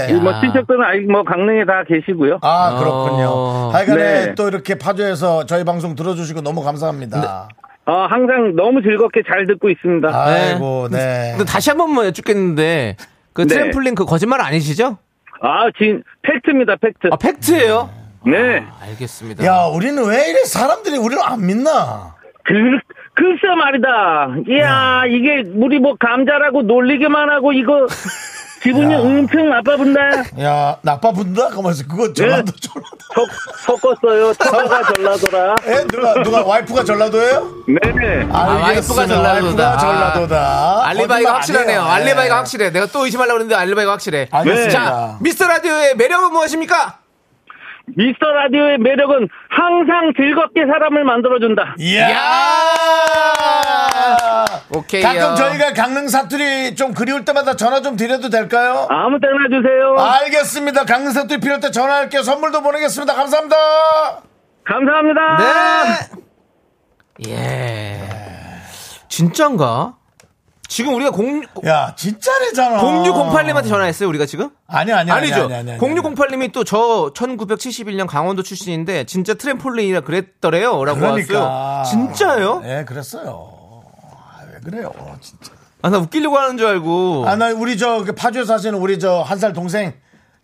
A: 예.
K: 뭐 친척들은 아직 뭐 강릉에 다 계시고요.
A: 아,
B: 어.
A: 그렇군요. 하여간에
K: 네.
A: 또 이렇게 파주에서 저희 방송 들어주시고 너무
B: 네.
A: 감사합니다.
K: 어, 항상 너무 즐겁게 잘 듣고 있습니다.
A: 아이고, 네.
B: 근데 다시 한 번만 여쭙겠는데, 그
K: 네.
B: 트램폴린 그 거짓말 아니시죠?
K: 아, 진 팩트입니다, 팩트.
B: 아, 팩트예요 아,
K: 네.
B: 알겠습니다.
A: 야, 우리는 왜 이래 사람들이 우리를 안 믿나?
K: 글, 글쎄 말이다. 이야, 이게 우리 뭐 감자라고 놀리기만 하고 이거 기분이 엄청 나빠본다.
A: 야, 나빠 분다? 가만있어. 그거 전라도, 전라도.
K: 섞, 섞었어요. 터가 전라도라.
A: 에? 누가, 누가, 와이프가 전라도예요?
K: 네.
A: 알겠습니다.
B: 아, 와이프가 전라도다.
A: 와이프가 전라도다.
B: 알리바이가
A: 거짓말
B: 확실하네요.
A: 아니에요.
B: 알리바이가
A: 네. 아,
B: 확실해. 내가 또 의심하려고 했는데 알리바이가 확실해.
A: 알겠습니다.
B: 자, 미스터 라디오의 매력은 무엇입니까?
K: 미스터 라디오의 매력은 항상 즐겁게 사람을 만들어준다.
A: 이야!
B: 오케이요.
A: 가끔 저희가 강릉 사투리 좀 그리울 때마다 전화 좀 드려도 될까요?
K: 아무 때나 주세요.
A: 알겠습니다. 강릉 사투리 필요할 때 전화할게요. 선물도 보내겠습니다. 감사합니다.
K: 감사합니다.
B: 네. 예. 진짠가? 지금 우리가 06,
A: 야, 진짜래잖아.
B: 0608님한테 전화했어요, 우리가 지금?
A: 아니야, 아니야.
B: 아니죠.
A: 아니야, 아니야, 아니야.
B: 0608님이 또 저 1971년 강원도 출신인데 진짜 트램폴린이라 그랬더래요. 라고
A: 그러니까.
B: 왔어요. 진짜요?
A: 예, 그랬어요. 아, 왜 그래요, 진짜.
B: 아, 나 웃기려고 하는 줄 알고.
A: 아, 나 우리 저 그 파주에 사시는 우리 저 한 살 동생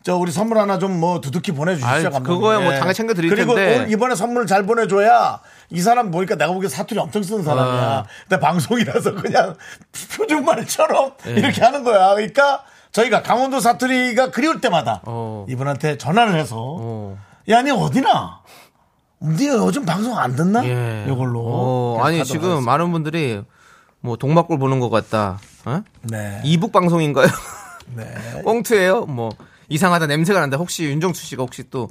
A: 저 우리 선물 하나 좀 뭐 두둑히 보내주십시오.
B: 아유,
A: 감독님.
B: 그거야 뭐
A: 예.
B: 당연히 챙겨드릴
A: 그리고
B: 텐데.
A: 오늘 이번에 선물을 잘 보내줘야 이 사람 보니까 내가 보기엔 사투리 엄청 쓰는 사람이야.
B: 아.
A: 근데 방송이라서 그냥 표준말처럼
B: 예.
A: 이렇게 하는 거야. 그러니까 저희가 강원도 사투리가 그리울 때마다
B: 어.
A: 이분한테 전화를 해서
B: 어.
A: 야, 니 어디나? 니 요즘 방송 안 듣나?
B: 예.
A: 이걸로.
B: 어, 아니 지금 많은 분들이 뭐 동막골 보는 것 같다. 어?
A: 네.
B: 이북 방송인가요?
A: 네.
B: 꽁트예요? 뭐 이상하다 냄새가 난다. 혹시 윤정수 씨가 혹시 또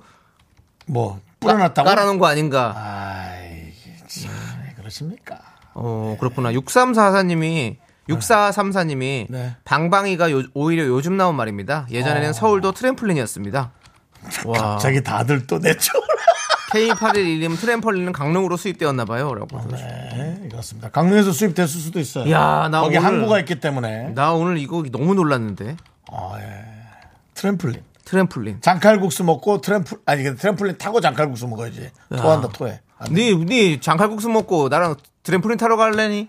A: 뭐
B: 깔-
A: 뿌려놨다고?
B: 깔아놓은 거 아닌가?
A: 아이, 참, 왜 그러십니까?
B: 어 그렇구나. 6344님이 6434님이
A: 네. 어.
B: 방방이가 요- 오히려 요즘 나온
A: 아.
B: 말입니다. 예전에는 서울도 트램플린이었습니다. 와
A: 갑자기 다들 또 내쫓으라.
B: K8121님 트램펄린은 강릉으로 수입되었나봐요. 라고.
A: 어,
B: 네,
A: 그렇습니다. 강릉에서 수입됐을 수도 있어요.
B: 야, 나
A: 거기
B: 오늘-
A: 항구가 있기 때문에
B: 나 오늘 이거 너무 놀랐는데.
A: 트램플린.
B: 트램플린.
A: 장칼국수 먹고 트램플 아니 근데 트램플린 타고 장칼국수 먹어야지.
B: 야.
A: 토한다 토해.
B: 네, 네 장칼국수 먹고 나랑 트램플린 타러 갈래니?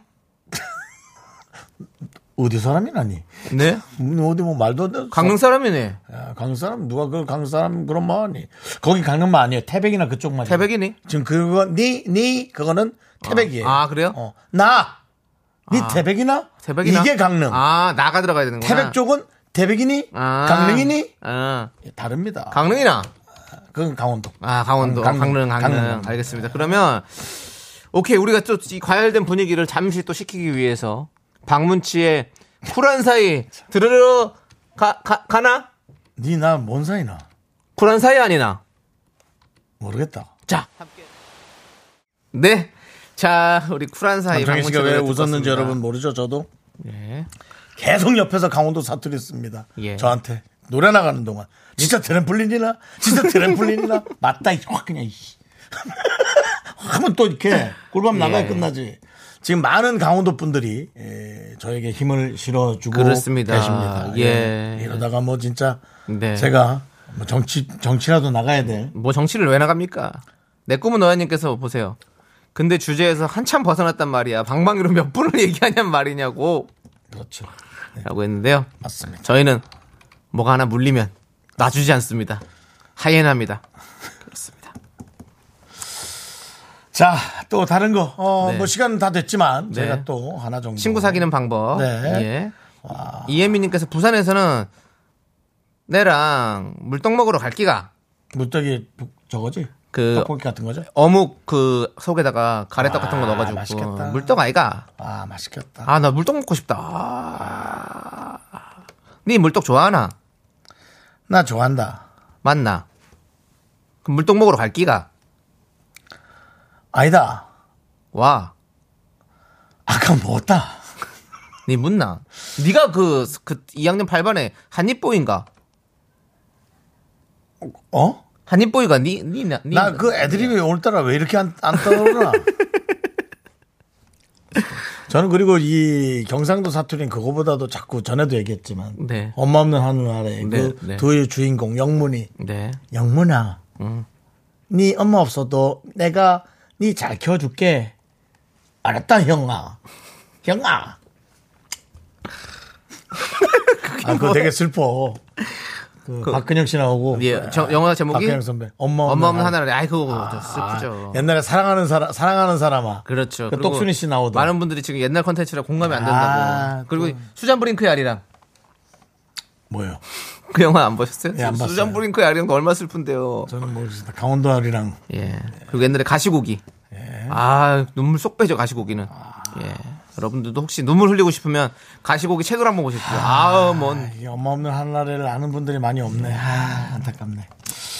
A: 어디 사람이라니?
B: 네?
A: 어디 뭐 말도 안 되는
B: 강릉 사람이네.
A: 야, 강릉 사람 누가 그 강릉 사람 그런 말하니? 거기 강릉 말 아니에요. 태백이나 그쪽 말이에요.
B: 태백이니? 네.
A: 지금 그거 니니 그거는 태백이에요. 어.
B: 아, 그래요?
A: 나. 니
B: 아.
A: 태백이나?
B: 태백이나?
A: 이게 강릉.
B: 아, 나가 들어가야 되는구나.
A: 태백 쪽은 태백이니?
B: 아.
A: 강릉이니?
B: 아.
A: 예, 다릅니다.
B: 강릉이나?
A: 그건 강원도.
B: 아, 강원도.
A: 강-
B: 강릉, 강릉.
A: 강릉.
B: 알겠습니다. 그러면, 오케이. 우리가 또 이 과열된 분위기를 잠시 또 식히기 위해서 방문치의 쿨한 사이 들으러 가, 가, 가나?
A: 니 나 뭔 사이나?
B: 쿨한 사이 아니나?
A: 모르겠다.
B: 자. 네. 자, 우리 쿨한 아, 사이
A: 남창희 씨가 왜
B: 방문치를
A: 웃었는지
B: 듣고
A: 여러분
B: 왔습니다.
A: 모르죠, 저도?
B: 예.
A: 계속 옆에서 강원도 사투리 씁니다.
B: 예.
A: 저한테 노래 나가는 동안 진짜 트램플린이나 진짜 트램플린이나 맞다 이씨. 확 그냥 이씨. 하면 또 이렇게 꿀밤 나가야
B: 예.
A: 끝나지. 지금 많은 강원도 분들이 예, 저에게 힘을 실어주고
B: 그렇습니다.
A: 계십니다.
B: 예.
A: 이러다가 뭐 진짜
B: 네.
A: 제가 뭐 정치 정치라도 나가야 돼.
B: 뭐 정치를 왜 나갑니까? 내 꿈은 너야님께서 보세요. 근데 주제에서 한참 벗어났단 말이야. 방방이로 몇 분을 얘기하냔 말이냐고.
A: 그렇죠.
B: 라고 했는데요.
A: 맞습니다.
B: 저희는 뭐가 하나 물리면 놔주지 않습니다. 하이에나입니다.
A: 자, 또 다른 거. 어,
B: 네.
A: 뭐 시간은 다 됐지만
B: 네.
A: 제가 또 하나 정도
B: 친구 사귀는 방법.
A: 네.
B: 예. 이혜미님께서 부산에서는 내랑 물떡 먹으러 갈 기가
A: 물떡이 저거지?
B: 그-
A: 떡볶이 같은 거죠?
B: 어묵 그 속에다가 가래떡 같은 거 넣어가지고
A: 맛있겠다.
B: 물떡 아이가
A: 아, 맛있겠다.
B: 아 나 물떡 먹고 싶다. 아. 네 물떡 좋아하나?
A: 나 좋아한다.
B: 맞나? 그럼 물떡 먹으러 갈 기가
A: 아니다.
B: 와.
A: 아까 먹었다.
B: 네 묻나? 네가 그 그 2학년 8반에 한입보인가?
A: 어?
B: 한입보이가 니니나
A: 나 그 애드립이 오늘따라 왜 이렇게 안, 안 떠오르나? 저는 그리고 이 경상도 사투리는 그거보다도 자꾸 전에도 얘기했지만
B: 네.
A: 엄마 없는 하늘아래
B: 네,
A: 그
B: 네.
A: 도의 주인공 영문이
B: 네.
A: 영문아
B: 음.
A: 네 엄마 없어도 내가 네 잘 키워줄게 알았다 형아 형아 아 그거 되게 슬퍼 그
B: 그-
A: 박근영 씨 나오고
B: 예, 저- 영화 제목이
A: 박근영 선배 엄마
B: 엄마 없는
A: 하늘.
B: 하나를 아이 그거 아, 슬프죠.
A: 옛날에 사랑하는 사람 사랑하는 사람아
B: 그렇죠.
A: 예. 그
B: 그리고
A: 똑순이 씨 나오던
B: 많은 분들이 지금 옛날 컨텐츠라 공감이 안 된다고.
A: 아,
B: 그리고 수잔 브링크의 아리랑
A: 뭐요
B: 그 영화 안 보셨어요?
A: 예, 안 봤어요.
B: 수잔 브링크의 아리랑도 얼마 나 슬픈데요.
A: 저는 모르겠습니다 강원도아리랑
B: 예. 그리고 옛날에 가시고기.
A: 예.
B: 아 눈물 쏙 빼죠 가시고기는.
A: 아.
B: 예. 여러분들도 혹시 눈물 흘리고 싶으면 가시고기 책을 한번 보십시오. 아우 뭔
A: 이 엄마 없는 하늘아래를 아는 분들이 많이 없네 아 안타깝네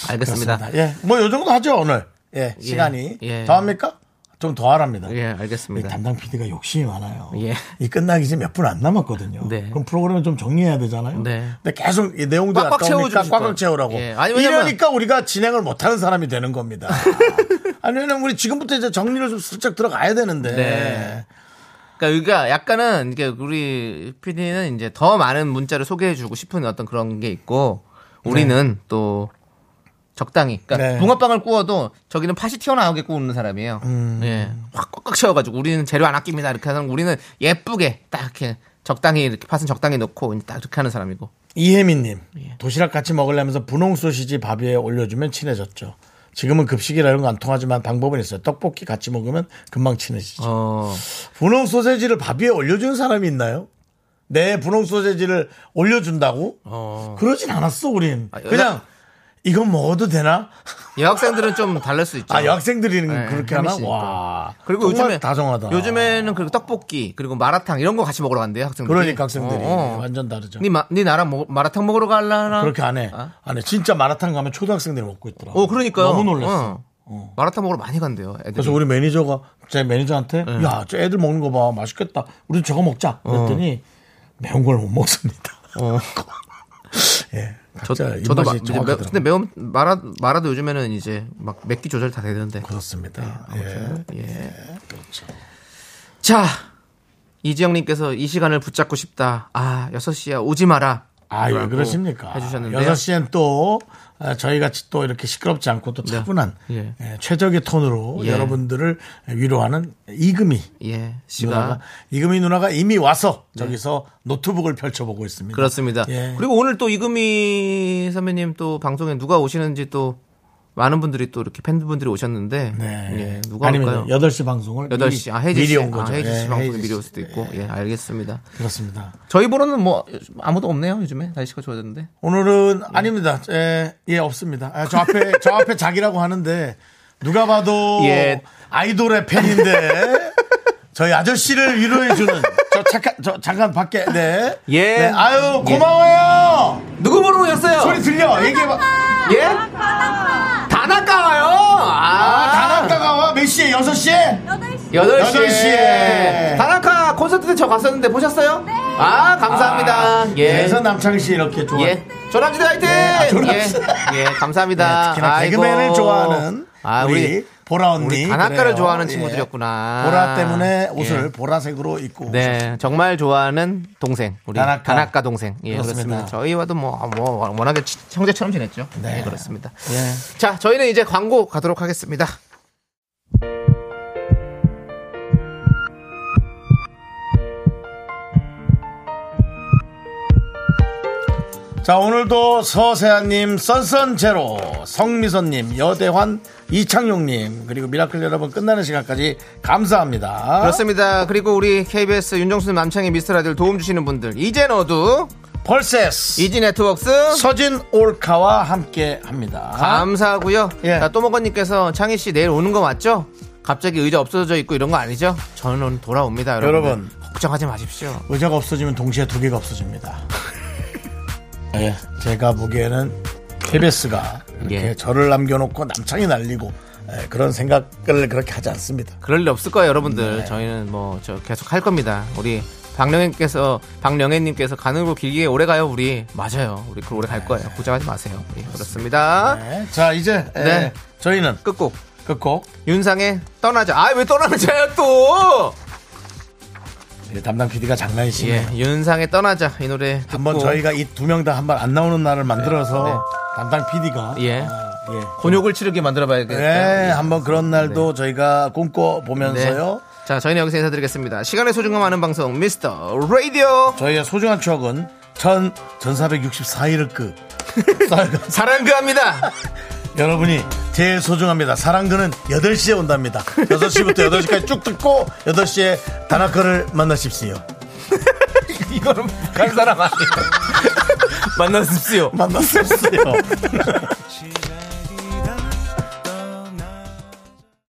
B: 알겠습니다.
A: 그렇습니다. 예, 뭐 요 정도 하죠 오늘. 예, 시간이
B: 예.
A: 더 합니까? 좀 더 하랍니다.
B: 예,
A: 이
B: 알겠습니다.
A: 담당 PD가 욕심이 많아요.
B: 예.
A: 이 끝나기 지금 몇 분 안 남았거든요.
B: 네.
A: 그럼 프로그램을 좀 정리해야 되잖아요.
B: 네.
A: 근데 계속 이 내용들
B: 꽉꽉
A: 아까우니까
B: 채워주실 거예요.
A: 꽉꽉 채우라고.
B: 예, 아니, 왜냐면-
A: 이러니까 우리가 진행을 못하는 사람이 되는 겁니다. 아니 왜냐면 우리 지금부터 이제 정리를 좀 슬쩍 들어가야 되는데.
B: 네. 그러니까 여기가 약간은 이게 우리 PD는 이제 더 많은 문자를 소개해주고 싶은 어떤 그런 게 있고 우리는 또 적당히 그러니까
A: 네.
B: 붕어빵을 구워도 저기는 팥이 튀어나오게 구우는 사람이에요.
A: 음.
B: 예, 확 꽉꽉 채워가지고 우리는 재료 안 아낍니다 이렇게 하는 우리는 예쁘게 딱 이렇게 적당히 이렇게 팥은 적당히 넣고 딱 이렇게 하는 사람이고
A: 이혜민님
B: 예.
A: 도시락 같이 먹으려면서 분홍 소시지 밥 위에 올려주면 친해졌죠. 지금은 급식이라 이런 거 안 통하지만 방법은 있어요. 떡볶이 같이 먹으면 금방 친해지죠.
B: 어,
A: 분홍 소세지를 밥 위에 올려주는 사람이 있나요? 내 분홍 소세지를 올려준다고?
B: 어.
A: 그러진 않았어 우린.
B: 아, 여자-
A: 그냥 이건 먹어도 되나?
B: 여학생들은 좀 다를 수 있죠.
A: 아 여학생들이
B: 네,
A: 그렇게 하나?
B: 혜민 씨.
A: 와.
B: 그리고
A: 정말
B: 요즘에
A: 다정하다.
B: 요즘에는 그리고 떡볶이 그리고 마라탕 이런 거 같이 먹으러 간대요 학생들이.
A: 그러니까 학생들이
B: 어, 어.
A: 완전 다르죠.
B: 네, 마, 네 나랑 먹- 마라탕 먹으러 갈라나?
A: 그렇게 안 해.
B: 아?
A: 안 해. 진짜 마라탕 가면 초등학생들이 먹고 있더라고.
B: 어, 그러니까요.
A: 너무 놀랐어.
B: 어. 마라탕 먹으러 많이 간대요. 애들이.
A: 그래서 우리 매니저가 제 매니저한테
B: 예.
A: 야, 저 애들 먹는 거 봐.
B: 어.
A: 맛있겠다. 우리 저거 먹자. 그랬더니 매운 걸 못 먹습니다.
B: 어.
A: 예.
B: 저,
A: 각자
B: 저도 마,
A: 입맛이
B: 이제 매,
A: 정확하더라고요.
B: 근데 매운 마라 마라도 요즘에는 이제 막 맵기 조절 다 되는데
A: 그렇습니다.
B: 예, 그렇죠. 자 이지영님께서 이 시간을 붙잡고 싶다. 아 6시야 오지 마라.
A: 아, 왜
B: 라고
A: 그러십니까?
B: 해주셨는데요.
A: 6시엔 또 아, 저희 같이 또 이렇게 시끄럽지 않고 또 차분한
B: 예.
A: 예, 최적의 톤으로
B: 예.
A: 여러분들을 위로하는 이금희
B: 예, 씨가 네.
A: 누나가 이금희 누나가 이미 와서 저기서 노트북을 펼쳐보고 있습니다.
B: 그렇습니다.
A: 예.
B: 그리고 오늘 또 이금희 선배님 또 방송에 누가 오시는지 또 많은 분들이 또 이렇게 팬분들이 오셨는데
A: 네.
B: 예, 누가
A: 아니면
B: 올까요?
A: 8시 방송을
B: 여덟 시
A: 미리-
B: 아 혜지
A: 미리
B: 씨,
A: 온 거죠.
B: 아, 혜지 씨
A: 예,
B: 방송에
A: 혜지
B: 미리
A: 씨. 네.
B: 올 수도 있고 예, 알겠습니다.
A: 그렇습니다.
B: 저희 보러는 뭐 아무도 없네요 요즘에 날씨가 좋아졌는데
A: 오늘은
B: 네.
A: 아닙니다. 예, 예, 없습니다. 아, 저 앞에 저 앞에 자기라고 하는데 누가 봐도
B: 예.
A: 아이돌의 팬인데 저희 아저씨를 위로해 주는 저 잠깐 저 잠깐 밖에 네.
B: 예.
A: 네, 아유 고마워요.
B: 누구 보러 오셨어요?
A: 소리 들려. 얘기해 봐.
B: 예? 다나까와요.
A: 아,
B: 아,
A: 다나카가 와. 몇 시에? 6시에?
B: 여덟
A: 여덟 시에.
B: 시에 다나카 콘서트 때 저 갔었는데 보셨어요? 네. 아 감사합니다. 예.
A: 그래서 남창희 씨 이렇게 좋아.
B: 예. 조남지대 화이팅!
A: 뭐. 아, 조남지대. 네,
B: 예. 예, 감사합니다.
A: 특히나
B: 아이고.
A: 개그맨을 좋아하는
B: 아,
A: 우리, 보라 언니.
B: 우리 다나카를
A: 그래요.
B: 좋아하는
A: 예.
B: 친구들이었구나.
A: 보라 때문에 옷을
B: 예.
A: 보라색으로 입고
B: 네, 정말 좋아하는 동생, 우리
A: 다나카.
B: 다나카, 동생. 예,
A: 그렇습니다.
B: 그렇습니다. 저희와도 뭐, 뭐, 워낙에 치- 형제처럼 지냈죠. 네, 그렇습니다.
A: 예.
B: 자, 저희는 이제 광고 가도록 하겠습니다.
A: 자 오늘도 서세아님 썬썬제로 성미선님 여대환 이창용님 그리고 미라클 여러분 끝나는 시간까지 감사합니다
B: 그렇습니다. 그리고 우리 KBS 윤정수 남창희 미스터라들 도움 주시는 분들, 이젠 어두,
A: 펄세스
B: 이지 네트웍스,
A: 서진 올카와 함께 합니다
B: 감사하고요.
A: 예.
B: 자, 또먹어님께서 창희 씨 내일 오는 거 맞죠? 갑자기 의자 없어져 있고 이런 거 아니죠? 저는 오늘 돌아옵니다, 여러분.
A: 여러분.
B: 걱정하지 마십시오.
A: 의자가 없어지면 동시에 두 개가 없어집니다 예, 제가 보기에는 KBS가 이렇게
B: 예.
A: 저를 남겨놓고 남창이 날리고 예, 그런 생각을 그렇게 하지 않습니다
B: 그럴 일 없을 거예요, 여러분들.
A: 네.
B: 저희는 뭐 저 계속 할 겁니다. 우리 박령애님께서 박령애님께서 가는 거 길게 오래 가요, 우리. 맞아요, 우리 그 오래 갈 거예요. 고생하지 마세요. 예, 그렇습니다.
A: 네, 자 이제 예,
B: 네.
A: 저희는
B: 끝곡
A: 끝곡
B: 윤상의 떠나자. 아 왜 떠나는 자요 또?
A: 예, 담당 PD가 장난이시네요
B: 예, 윤상의 떠나자 이 노래 듣고
A: 한번 저희가 이 두 명 다 한 번 안 나오는 날을 만들어서
B: 네.
A: 담당 PD가
B: 예.
A: 예.
B: 곤욕을 치르게 만들어봐야겠어요.
A: 네, 한번 그런 날도 저희가 꿈꿔 보면서요.
B: 네. 자, 저희는 여기서 인사드리겠습니다. 시간의 소중함 아는 방송 미스터 라디오.
A: 저희의 소중한 추억은 1 1464일을 끄 쌓여가-
B: 사랑 그합니다.
A: 여러분이 제일 소중합니다. 사랑그는 8시에 온답니다. 6시부터 8시까지 쭉 듣고 8시에 다나카를 만나십시오.
B: 이거는 갈 사람 아니에요. 만났습시오.
A: 만나십시오.